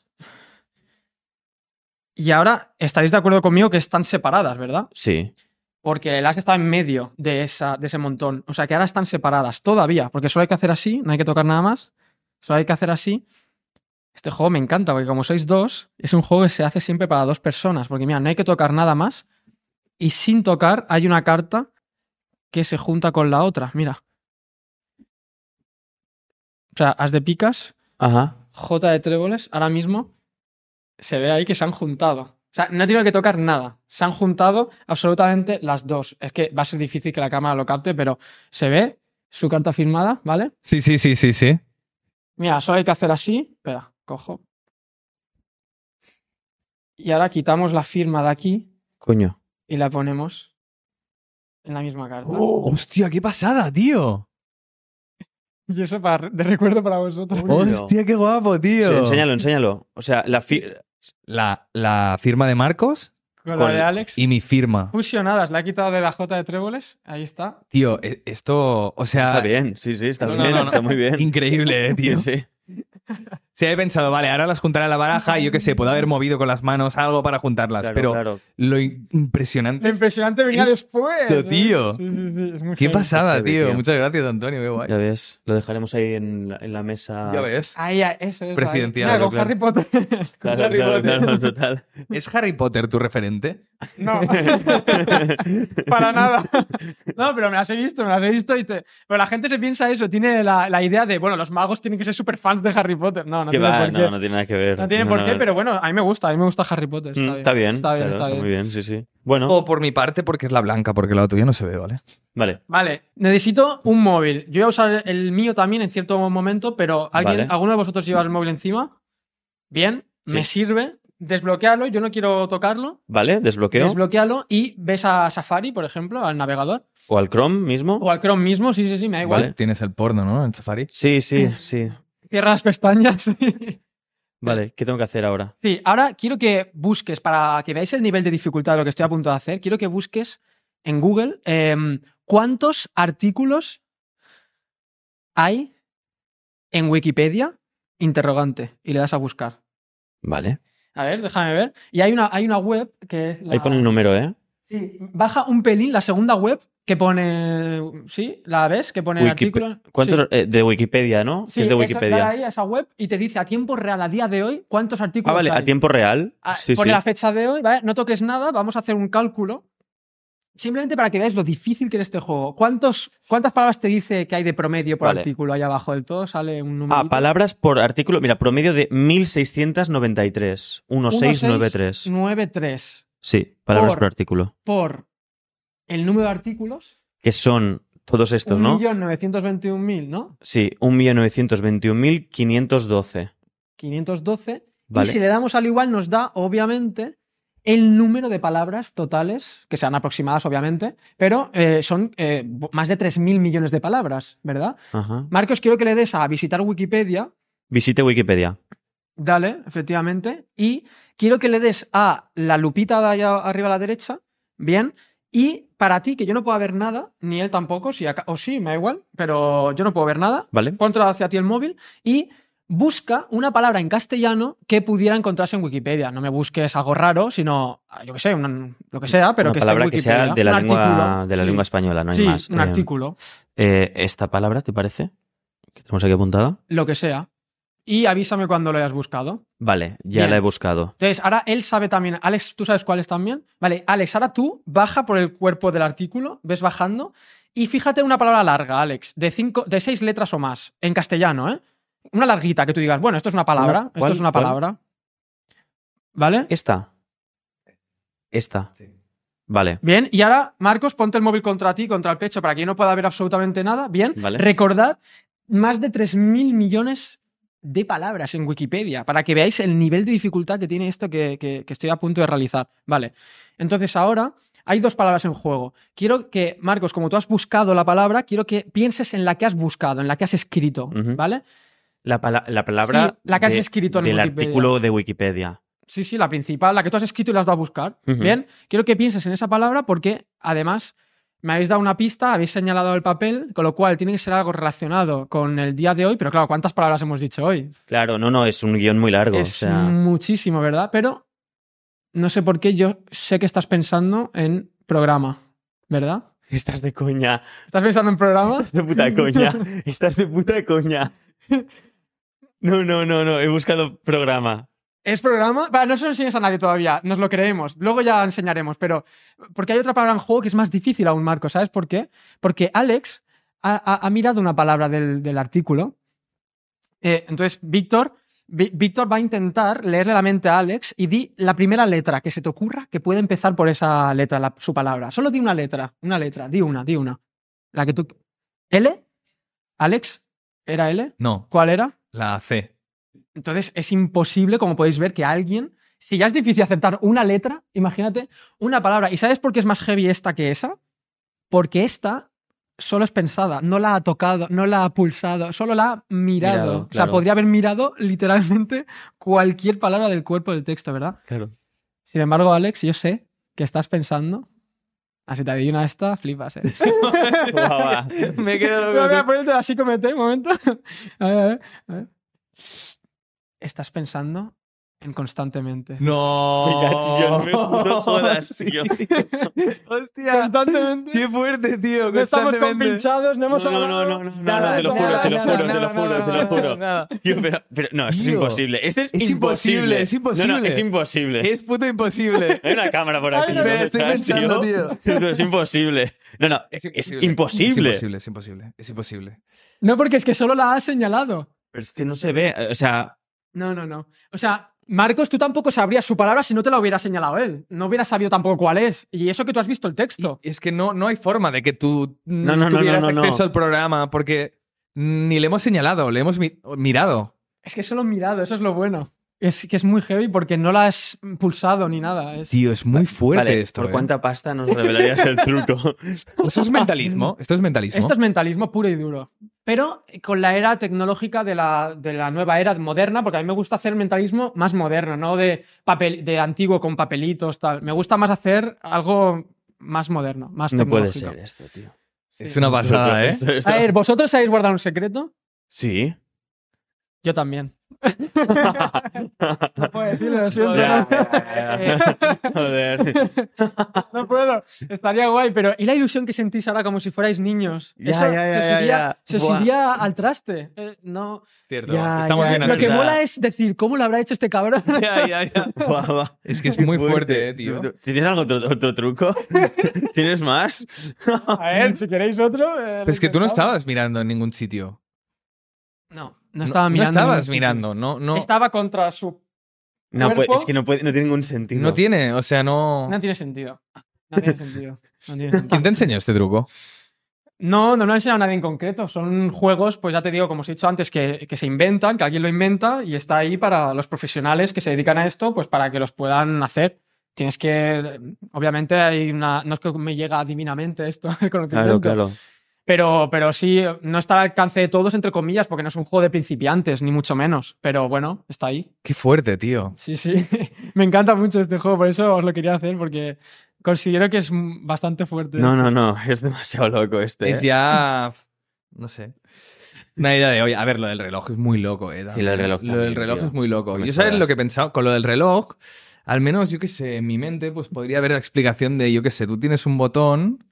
Y ahora estaréis de acuerdo conmigo que están separadas, ¿verdad? Sí. Porque el as está en medio de, esa, de ese montón. O sea que ahora están separadas todavía. Porque solo hay que hacer así, no hay que tocar nada más. Solo hay que hacer así. Este juego me encanta, porque como sois dos, es un juego que se hace siempre para dos personas. Porque mira, no hay que tocar nada más. Y sin tocar hay una carta que se junta con la otra. Mira. O sea, as de picas, Ajá. J de tréboles, ahora mismo se ve ahí que se han juntado. O sea, no he tenido que tocar nada. Se han juntado absolutamente las dos. Es que va a ser difícil que la cámara lo capte, pero se ve su carta firmada, ¿vale? Sí, sí, sí, sí, sí. Mira, solo hay que hacer así. Espera, cojo. Y ahora quitamos la firma de aquí Coño. y la ponemos en la misma carta. Oh. Oh. Hostia, qué pasada, tío. Y eso para, de recuerdo para vosotros. Hostia, qué guapo, tío. Sí, enséñalo, enséñalo. O sea, la fi- La, la firma de Marcos Con la con- de Alex. y mi firma. Fusionadas, la he quitado de la J de tréboles. Ahí está. Tío, e- esto, o sea, Está bien, sí, sí, está Ah. No, no, bien, no, no. está muy bien. increíble, eh, tío. Sí, sí. Sí, he pensado, vale, ahora las juntará la baraja y yo qué sé, puedo haber movido con las manos algo para juntarlas, Claro, pero claro. lo i- impresionante. Lo impresionante venía Esto, después. ¿eh? tío. Sí, sí, sí, es muy Qué heavy. pasada, heavy, tío. tío. Muchas gracias, Antonio, qué guay. Ya ves, lo dejaremos ahí en la, en la mesa. Ya ves. Ahí, ahí, eso es. Presidencial, Mira, con claro. Harry Potter. Claro, Harry claro, Potter. claro, total. ¿Es Harry Potter tu referente? No, para nada. No, pero me las he visto, me las he visto. Y te... Pero la gente se piensa eso, tiene la, la idea de, bueno, los magos tienen que ser super fans de Harry Potter. No, no Que tiene va, por qué. no, No, no tiene nada que ver. tiene No, por no. qué, pero bueno, a mí me gusta, a mí me gusta Harry Potter. Mm, Está bien, Está bien, claro, está bien. muy bien, sí, sí. Bueno, O por mi parte, porque es la blanca, porque la tuya no se ve, ¿vale? vale. Vale, necesito un móvil. Yo voy a usar el mío también en cierto momento, pero ¿alguien, Vale. ¿alguno de vosotros lleva el móvil encima? Bien, Sí. me sirve. Desbloquearlo, yo no quiero tocarlo. ¿Vale? ¿Desbloqueo? Desbloquealo y ves a Safari, por ejemplo, al navegador. ¿O al Chrome mismo? O al Chrome mismo, sí, sí, sí, me da igual. Vale. Eh. Tienes el porno, ¿no? En Safari. Sí, sí, sí. Cierra las pestañas. Vale, ¿qué tengo que hacer ahora? Sí, ahora quiero que busques, para que veáis el nivel de dificultad de lo que estoy a punto de hacer, quiero que busques en Google em, cuántos artículos hay en Wikipedia, interrogante, y le das a buscar. Vale. A ver, déjame ver. Y hay una, hay una web que es la- Ahí pone el número, ¿eh? Sí, baja un pelín la segunda web que pone... ¿Sí? ¿La ves? Que pone Wikipe- artículos. ¿Cuántos? Sí. eh, de Wikipedia, ¿no? Que Sí, es de esa- dale Wikipedia. ahí a esa web y te dice a tiempo real, a día de hoy, cuántos artículos Ah, vale, hay. a tiempo real. Ah, sí, sí. pone la fecha de hoy, ¿vale? No toques nada, vamos a hacer un cálculo. Simplemente para que veáis lo difícil que es este juego. ¿Cuántos, ¿Cuántas palabras te dice que hay de promedio por Vale. artículo ahí abajo del todo? Sale un número. Ah, palabras por artículo. Mira, promedio de 1693. 1693. 9,3 Sí, palabras por, por- artículo. por el número de artículos. Que son todos estos, ¿no? 1.921.000, ¿no? Sí, 1.921.512. 512. Vale. Y si le damos al igual, nos da, obviamente, el número de palabras totales, que sean aproximadas, obviamente, pero eh, son eh, más de 3.000 millones de palabras, ¿verdad? Ajá. Marcos, quiero que le des a visitar Wikipedia. Visite Wikipedia. Dale, efectivamente. Y quiero que le des a la lupita de allá arriba a la derecha. Bien. Y para ti, que yo no puedo ver nada, ni él tampoco, si acá- o sí, me da igual, pero yo no puedo ver nada. ¿Vale? Contra hacia ti el móvil y busca una palabra en castellano que pudiera encontrarse en Wikipedia. No me busques algo raro, sino, yo que sé, un- lo que sea, pero Una que esté en palabra que Wikipedia. sea de la, Un lengua, artículo, de la sí. lengua española, no hay Sí, más. un Eh, artículo. eh, ¿Esta palabra te parece? Que tenemos aquí apuntada. Lo que sea. Y avísame cuando lo hayas buscado. Vale, ya Bien. la he buscado. Entonces, ahora él sabe también. Alex, ¿tú sabes cuáles también? Vale, Alex, ahora tú baja por el cuerpo del artículo, ves bajando, y fíjate una palabra larga, Alex, de, cinco, de seis letras o más, en castellano, ¿eh? Una larguita que tú digas, bueno, esto es una palabra, Una- esto ¿cuál- es una cuál? Eh. palabra. ¿Vale? Esta. Esta. Sí. Vale. Bien, y ahora, Marcos, ponte el móvil contra ti, contra el pecho, para que yo no pueda ver absolutamente nada. Bien, Vale. recordad más de 3.000 millones de palabras en Wikipedia, para que veáis el nivel de dificultad que tiene esto que, que- que estoy a punto de realizar. Vale, entonces ahora hay dos palabras en juego. Quiero que, Marcos, como tú has buscado la palabra, quiero que pienses en la que has buscado, en la que has escrito, Ujú. ¿vale? La, pala- la palabra. Sí, la que has de- escrito en Del Wikipedia. artículo de Wikipedia. Sí, sí, la principal, la que tú has escrito y la has dado a buscar. Ujú. Bien, quiero que pienses en esa palabra porque además me habéis dado una pista, habéis señalado el papel, con lo cual tiene que ser algo relacionado con el día de hoy, pero claro, ¿cuántas palabras hemos dicho hoy? Claro, no, no, es un guión muy largo. es o sea, muchísimo, ¿verdad? Pero no sé por qué yo sé que estás pensando en programa, ¿verdad? Estás de coña. ¿Estás pensando en programa? Estás de puta coña. Estás de puta coña. No, no, no, no. He buscado programa. ¿Es programa? Vale, no se lo enseñes a nadie todavía, nos lo creemos. Luego ya enseñaremos, pero. Porque hay otra palabra en juego que es más difícil aún, Marco, ¿sabes por qué? Porque Alex ha, ha- ha mirado una palabra del, del artículo. Eh, entonces, Víctor. Vi- Víctor va a intentar leerle la mente a Alex y di la primera letra que se te ocurra que puede empezar por esa letra, la- su palabra. Solo di una letra, una letra, di una, di una. La que tú. ¿L? ¿Alex? ¿Era L? No, ¿Cuál era? la C. Entonces es imposible, como podéis ver, que alguien, si ya es difícil aceptar una letra, imagínate una palabra. ¿Y sabes por qué es más heavy esta que esa? Porque esta solo es pensada, no la ha tocado, no la ha pulsado, solo la ha mirado. Mirado, O sea, claro. podría haber mirado literalmente cualquier palabra del cuerpo del texto, ¿verdad? Claro. Sin embargo, Alex, yo sé que estás pensando. Así te adivina esta, flipas, ¿eh? Me quedo Voy a loco. ponerte así comete un momento. A ver, a ver, a ver. Estás pensando en constantemente. Oiga, No. tío, no me- no jodas, tío. Hostia. Constantemente. Qué fuerte, tío. No estamos constantemente. compinchados, no hemos No, no, hablado. no, no, no, Nada, no, te lo nada, juro, te lo nada, juro, te nada, lo juro, nada, te lo juro. nada. Tío, pero, pero no, esto Tío. es imposible. Esto es, Es imposible, es No, no, es imposible. imposible. Es puto imposible. Hay una cámara por Ay, aquí. no, ¿dónde Pero estoy estás, pensando, tío. No, es imposible. No, no, es, es imposible. Es imposible, es imposible. Es imposible. No, porque es que solo la has señalado. Pero es que no se ve. O sea, No, no, no. O sea, Marcos, tú tampoco sabrías su palabra si no te la hubiera señalado él. No hubieras sabido tampoco cuál es. Y eso que tú has visto el texto. Y es que no, no hay forma de que tú mm, No, no, no, tuvieras no, no, no. acceso al programa porque ni le hemos señalado, le hemos mi- mirado. Es que solo mirado, eso es lo bueno. Es que es muy heavy porque no la has pulsado ni nada. Es... Tío, es muy fuerte Vale, esto. ¿Por eh. cuánta pasta nos revelarías el truco? Eso es mentalismo. Esto es mentalismo. Esto es mentalismo puro y duro. Pero con la era tecnológica de la, de la nueva era moderna, porque a mí me gusta hacer mentalismo más moderno, no de, papel, de antiguo con papelitos, tal. Me gusta más hacer algo más moderno, más no puede tecnológico. ser esto, tío. Es una pasada, ¿eh? Esto- esto- A ver, ¿vosotros sabéis guardar un secreto? Sí. Yo también. No puedo decirlo, lo siento. Ya, Eh, Joder. No puedo. Estaría guay, pero ¿y la ilusión que sentís ahora como si fuerais niños? Ya, ya, Eso ya, se os ya, iría- ya. se os Buah. iría al traste. Eh, no. Cierto. Ya, Estamos ya, bien ya. Lo que verdad. mola es decir, ¿cómo lo habrá hecho este cabrón? Ya, ya, ya. Guau, va. Es que es muy Qué fuerte, eh, tío. ¿Tú- tú- ¿Tienes algo otro, otro truco? ¿Tienes más? A ver, si queréis otro. eh, Pero es Pues que tú no intentamos. estabas mirando en ningún sitio. No, no No estaba mirando. ningún estabas sitio. mirando. No, no, Estaba contra su. No, pues, ¿Cuerpo? es que no, puede, no tiene ningún sentido. no tiene, o sea, no. No tiene sentido. No tiene sentido. No, tiene sentido. ¿Quién te enseñó este truco? no, no lo ha enseñado nadie en concreto. Son juegos, pues ya te digo, como os he dicho antes, que, que se inventan, que alguien lo inventa y está ahí para los profesionales que se dedican a esto, pues para que los puedan hacer. Tienes que. Obviamente, hay una. No es que me llega divinamente esto, el Claro, conocimiento. claro. Pero, pero sí, no está al alcance de todos, entre comillas, porque no es un juego de principiantes, ni mucho menos. Pero bueno, está ahí. Qué fuerte, tío. Sí, sí. Me encanta mucho este juego, por eso os lo quería hacer, porque considero que es mm, bastante fuerte. No, no, no. este Es demasiado loco este. Es ¿eh? ya. No sé. Una idea de hoy. A ver, lo del reloj es muy loco, eh. Sí, lo del reloj Lo del también, reloj tío. es muy loco. No me yo sabes jodas. lo que pensaba. Con lo del reloj, al menos yo que sé, en mi mente, pues podría haber la explicación de, yo que sé, tú tienes un botón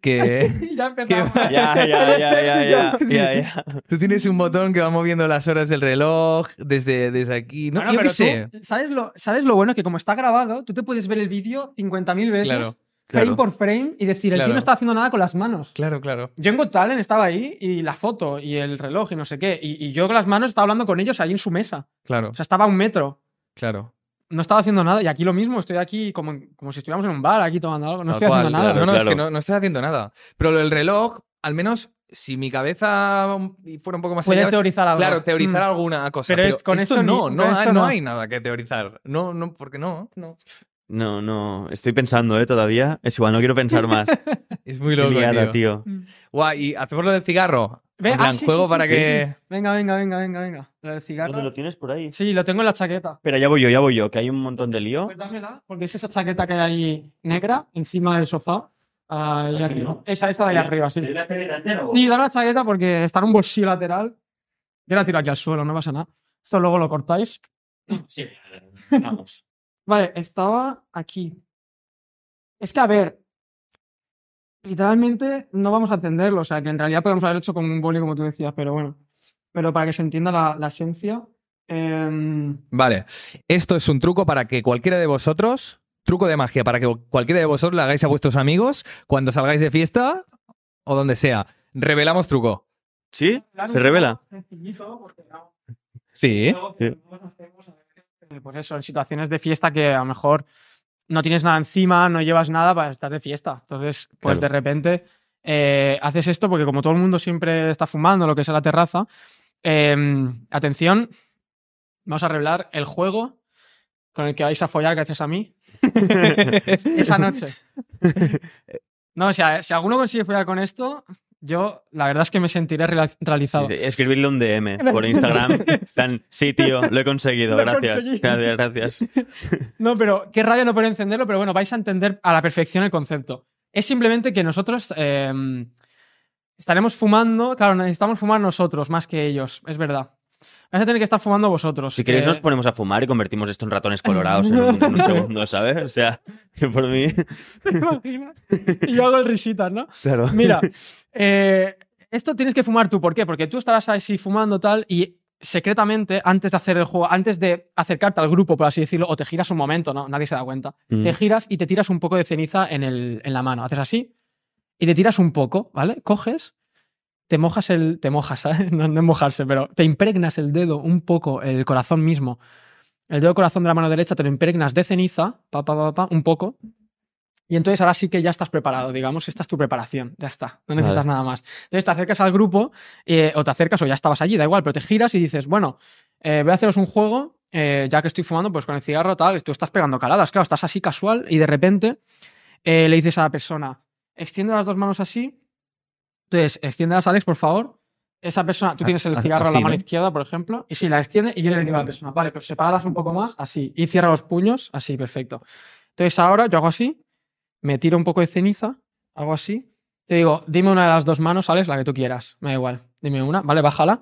que. ya empezamos. Qué Ya, ya, ya, ya, ya, Sí. ya, ya. Tú tienes un botón que va moviendo las horas del reloj desde, desde aquí. No, Bueno, yo qué pero sé. tú, ¿sabes, lo, ¿Sabes lo bueno? Que como está grabado, tú te puedes ver el vídeo 50.000 veces, Claro, frame claro. por frame, y decir, el tío Claro. no está haciendo nada con las manos. Claro, claro. Django Talent estaba ahí, y la foto, y el reloj, y no sé qué. Y, y yo con las manos estaba hablando con ellos ahí en su mesa. Claro, O sea, estaba a un metro. claro. No estaba haciendo nada. Y aquí lo mismo, estoy aquí como, en- como si estuviéramos en un bar, aquí tomando algo. No Tal estoy haciendo cual, nada. No, no, es claro. que no, no estás haciendo nada. Pero lo del reloj, al menos si mi cabeza fuera un poco más Puede allá- teorizar algo. Claro, teorizar Mm. alguna cosa. Pero Pero, es- con esto, esto ni- no, no, con hay, esto no no. hay nada que teorizar. No, no, porque no, no. No, no. Estoy pensando, ¿eh? Todavía. Es igual, no quiero pensar más. Es muy Qué loco, liada, tío. tío. Mm. Guay, y hacemos lo del cigarro. Ve- En ah, plan, sí, juego sí, sí, para sí, que... sí. Venga, venga, venga, venga, venga. La del cigarro. tienes por ahí? Sí, lo tengo en la chaqueta. Espera, ya voy yo, ya voy yo, que hay un montón de lío. Pues dámela, porque es esa chaqueta que hay ahí negra encima del sofá. Ahí arriba. Esa, esa de ahí arriba, sí. Sí, dame la chaqueta porque está en un bolsillo lateral. Yo la tiro aquí al suelo, no pasa nada. Esto luego lo cortáis. Sí, vamos. Vale, estaba aquí. Es que, a ver, literalmente no vamos a entenderlo, o sea, que en realidad podemos haber hecho con un boli, como tú decías, pero bueno. Pero para que se entienda la, la esencia, em, Vale. Esto es un truco para que cualquiera de vosotros, truco de magia, para que cualquiera de vosotros lo hagáis a vuestros amigos cuando salgáis de fiesta o donde sea. Revelamos truco. ¿Sí? ¿Se revela? Sencillito, porque no- Sí. luego, pues, luego nos hacemos, a ver, Pues eso, en situaciones de fiesta que a lo mejor no tienes nada encima, no llevas nada para estar de fiesta. Entonces, pues Claro. de repente eh, haces esto porque como todo el mundo siempre está fumando, lo que es en la terraza, eh, atención, vamos a revelar el juego con el que vais a follar gracias a mí esa noche. No, o sea, si alguno consigue follar con esto, yo la verdad es que me sentiré reala- realizado. Sí, sí, escribirle un DM por Instagram. Tan, sí, tío, lo he conseguido. Lo he gracias. conseguido. Gracias, gracias. No, pero qué rabia no poder encenderlo, pero bueno, vais a entender a la perfección el concepto. Es simplemente que nosotros eh, estaremos fumando, claro, necesitamos fumar nosotros más que ellos, es verdad. Vais a tener que estar fumando vosotros. Si queréis, eh, nos ponemos a fumar y convertimos esto en ratones colorados en un, en un segundo, ¿sabes? O sea, que por mí. ¿Te imaginas? Y yo hago el risitas, ¿no? Claro. Mira, eh, esto tienes que fumar tú, ¿por qué? Porque tú estarás así fumando tal y secretamente, antes de hacer el juego, antes de acercarte al grupo, por así decirlo, o te giras un momento, ¿no? Nadie se da cuenta. te giras y te tiras un poco de ceniza en, el, en la mano. Haces así y te tiras un poco, ¿vale? Coges, te mojas el. Te mojas, ¿sabes? No, no es mojarse, pero te impregnas el dedo un poco, el corazón mismo. El dedo corazón de la mano derecha te lo impregnas de ceniza, pa, pa, pa, pa, un poco. Y entonces ahora sí que ya estás preparado, digamos, esta es tu preparación, ya está, no necesitas Vale. nada más. Entonces te acercas al grupo, eh, o te acercas, o ya estabas allí, da igual, pero te giras y dices, bueno, eh, voy a haceros un juego eh, ya que estoy fumando, pues con el cigarro, tal, tú estás pegando caladas, claro, estás así casual y de repente eh, le dices a la persona, extiende las dos manos así, entonces, extiéndelas, Alex, por favor. Esa persona, tú tienes el a- cigarro en Ah, así, la mano ¿no? izquierda, por ejemplo, y si la extiende, y yo le digo a la persona, vale, pero sepáralas un poco más, así, y cierra los puños, así, perfecto. Entonces ahora yo hago así, me tiro un poco de ceniza, hago así, te digo, dime una de las dos manos, Alex, la que tú quieras, me da igual, dime una, vale, bájala,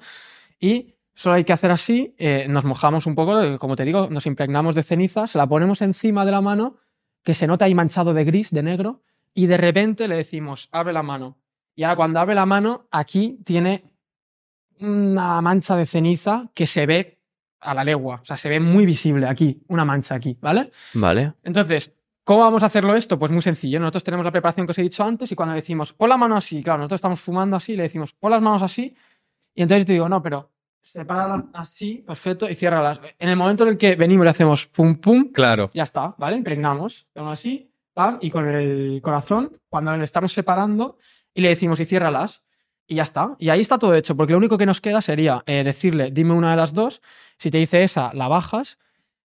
y solo hay que hacer así, eh, nos mojamos un poco, eh, como te digo, nos impregnamos de ceniza, se la ponemos encima de la mano, que se nota ahí manchado de gris, de negro, y de repente le decimos, abre la mano. Y ahora cuando abre la mano, aquí tiene una mancha de ceniza que se ve a la legua, o sea, se ve muy visible aquí, una mancha aquí, ¿vale? Mm, Vale. Entonces, ¿cómo vamos a hacerlo esto? Pues muy sencillo. Nosotros tenemos la preparación que os he dicho antes y cuando le decimos, pon la mano así, claro, nosotros estamos fumando así, le decimos, pon las manos así, y entonces yo te digo, no, pero sepárala así, perfecto, y ciérralas. En el momento en el que venimos y le hacemos pum pum, Claro. ya está, ¿vale? Impregnamos, aún así, pam, y con el corazón, cuando le estamos separando, y le decimos, y ciérralas, y ya está. Y ahí está todo hecho, porque lo único que nos queda sería eh, decirle, dime una de las dos, si te dice esa, la bajas,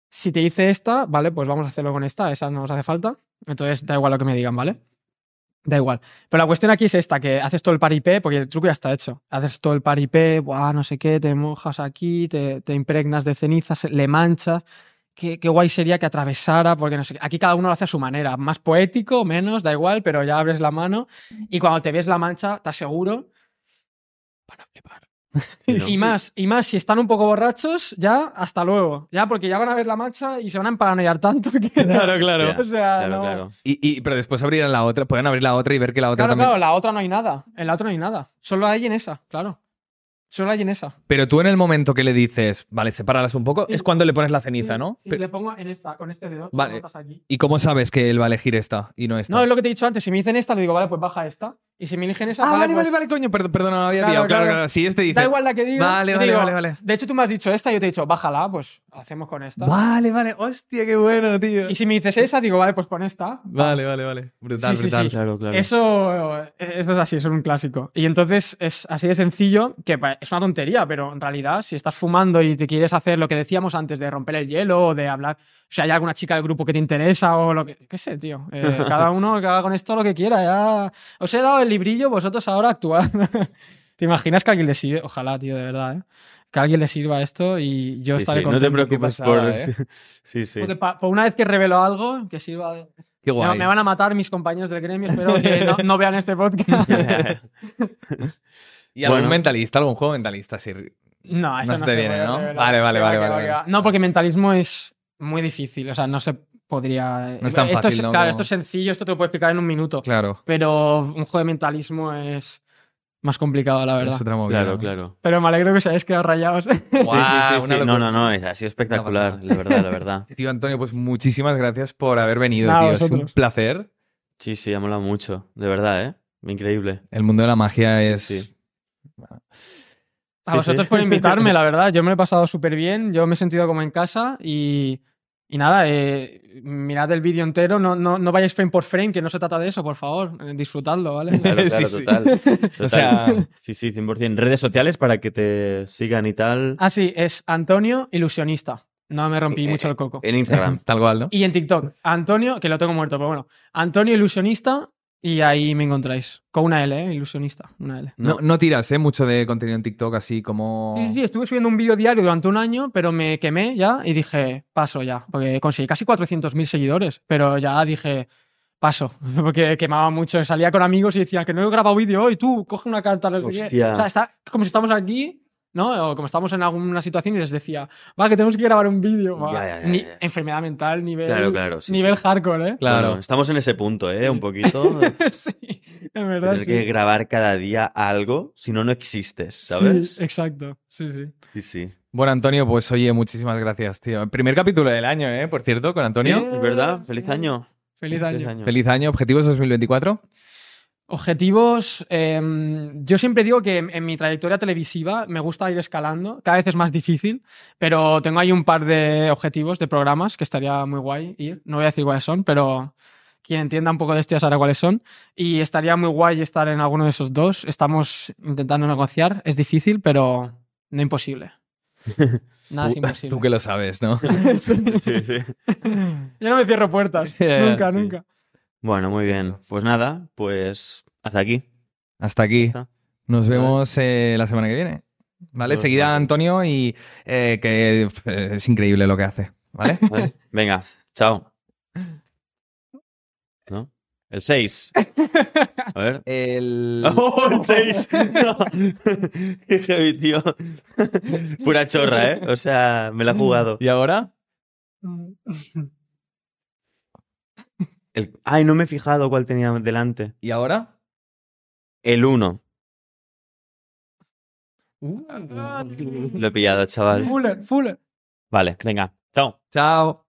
si te dice esta, vale, pues vamos a hacerlo con esta, esa no nos hace falta, entonces da igual lo que me digan, ¿vale? Da igual. Pero la cuestión aquí es esta, que haces todo el paripé, porque el truco ya está hecho. Haces todo el paripé, buah, no sé qué, te mojas aquí, te, te impregnas de cenizas, le manchas. Qué, qué guay sería que atravesara, porque no sé qué. Aquí cada uno lo hace a su manera, más poético, menos, da igual, pero ya abres la mano y cuando te ves la mancha, te aseguro... Van a flipar. Pero- Y más, y más, si están un poco borrachos, ya hasta luego. Ya, porque ya van a ver la mancha y se van a emparanoiar tanto que. Claro, claro. O sea, Claro, no. claro. Y, y- pero después abrirán la otra, pueden abrir la otra y ver que la otra Claro, también. claro, la otra no hay nada. En la otra no hay nada. Solo hay en esa, claro. Solo hay en esa. Pero tú en el momento que le dices, vale, sepáralas un poco, Sí. es cuando le pones la ceniza, ¿no? Y Pe- le pongo en esta, con este dedo. Vale. lo notas aquí. ¿Y cómo sabes que él va a elegir esta y no esta? No, es lo que te he dicho antes. Si me dicen esta, le digo, vale, pues baja esta. Y si me eligen esa, Ah, vale, pues- vale, vale, coño, perdón, perdón, no lo había Claro, pillado. Claro, claro. claro, si este dice. Da igual la que diga. Vale, yo te vale, digo, vale, vale. De hecho, tú me has dicho esta, yo te he dicho, bájala, pues hacemos con esta. Vale, vale, hostia, qué bueno, tío. Y si me dices esa, digo, vale, pues con esta. Vale, vale, vale. Brutal, Sí, sí, brutal. sí. Claro, claro. Eso, eh, eso es así, eso es un clásico. Y entonces es así de sencillo, que pa- es una tontería, pero en realidad, si estás fumando y te quieres hacer lo que decíamos antes de romper el hielo o de hablar, o sea, hay alguna chica del grupo que te interesa o lo que. ¿Qué sé, tío? Eh, cada uno que haga con esto lo que quiera, ya. Os he dado el librillo, vosotros ahora actuad. ¿Te imaginas que a alguien le sirve? Ojalá, tío, de verdad, ¿eh? Que a alguien le sirva esto y yo Sí, estaré sí, No contento. ¿eh? te preocupes Qué por. pasada, Sí, sí. Porque pa- por una vez que revelo algo, que sirva de. Qué Me, guay. me van a matar mis compañeros del gremio, espero que no, no vean este podcast. Y algún Bueno. mentalista, algún juego mentalista, sí. No, eso No no, se te se viene, puede ¿no? revelar. Vale, vale, Que va, vale, que va, vale, que va. vale. No, porque mentalismo es muy difícil, o sea, no se podría... No es tan esto fácil, ¿no? Claro, Como- esto es sencillo, esto te lo puedo explicar en un minuto, Claro. pero un juego de mentalismo es más complicado, la verdad. Es otra movida. Claro, ¿no? claro. Pero me alegro que os hayáis quedado rayados. Guau, Sí, sí, sí, una sí. locura. No, no, no, es- ha sido Una espectacular, pasada. la verdad, la verdad. Tío Antonio, pues muchísimas gracias por haber venido, Nada, tío. Es un vosotros. placer. Sí, sí, ha molado mucho, de verdad, ¿eh? Increíble. El mundo de la magia es. Sí. Pues, A Sí, vosotros sí. por invitarme, la verdad. Yo me lo he pasado súper bien, yo me he sentido como en casa y, y nada, eh, mirad el vídeo entero, no, no, no vayáis frame por frame, que no se trata de eso, por favor, eh, disfrutadlo, ¿vale? Claro, Sí, claro, sí. total. total. O sea, Sí, sí, 100%. Redes sociales para que te sigan y tal. Ah, sí, es Antonio Ilusionista. No me rompí Eh, mucho el coco. En Instagram. tal cual, ¿no? Y en TikTok, Antonio, que lo tengo muerto, pero bueno, Antonio Ilusionista y ahí me encontráis. Con una L, ¿eh? Ilusionista, una L. No, No. no tiras, ¿eh? Mucho de contenido en TikTok así como. Sí, sí, sí, estuve subiendo un vídeo diario durante un año, pero me quemé ya y dije, paso ya, porque conseguí casi 400.000 seguidores, pero ya dije, paso, porque quemaba mucho, salía con amigos y decía, que no he grabado vídeo hoy, tú, coge una carta. no sé qué". Hostia. O sea, está como si estamos aquí, ¿no? O como estamos en alguna situación y les decía, va, que tenemos que grabar un vídeo. va". Ya, ya, ya, Ni- ya. Enfermedad mental, nivel, Claro, claro, sí, nivel sí. hardcore, ¿eh? Claro. Bueno, estamos en ese punto, ¿eh? Un poquito. sí, en verdad. Tienes Sí. que grabar cada día algo, si no, no existes, ¿sabes? Sí, exacto. Sí, sí. Sí, sí. Bueno, Antonio, pues oye, muchísimas gracias, tío. Primer capítulo del año, ¿eh? Por cierto, con Antonio. Sí. ¿Es verdad? ¡Feliz año! Feliz año. Feliz año, objetivos 2024. Objetivos. eh, yo siempre digo que en, en mi trayectoria televisiva me gusta ir escalando. Cada vez es más difícil, pero tengo ahí un par de objetivos, de programas que estaría muy guay ir. No voy a decir cuáles son, pero quien entienda un poco de esto ya sabrá cuáles son. Y estaría muy guay estar en alguno de esos dos. Estamos intentando negociar. Es difícil, pero no imposible. Nada es Tú- imposible. Tú que lo sabes, ¿no? Sí. Sí, sí. Yo no me cierro puertas. Ya, ya, nunca, sí. nunca. Bueno, muy bien. Pues nada, pues hasta aquí. Hasta aquí. Está. Nos vemos eh, la semana que viene. ¿Vale? Nos Seguida vemos. Antonio y eh, que pf, es increíble lo que hace. ¿Vale? Vale. Venga, chao. ¿No? El 6. A ver. El... ¡Oh, el 6! ¡Qué heavy, tío! Pura chorra, ¿eh? O sea, me la ha jugado. ¿Y ahora? El- Ay, no me he fijado cuál tenía delante. ¿Y ahora? El 1. Uh. Lo he pillado, chaval. Uh. Fuller, Fuller. Vale, venga. Chao. Chao.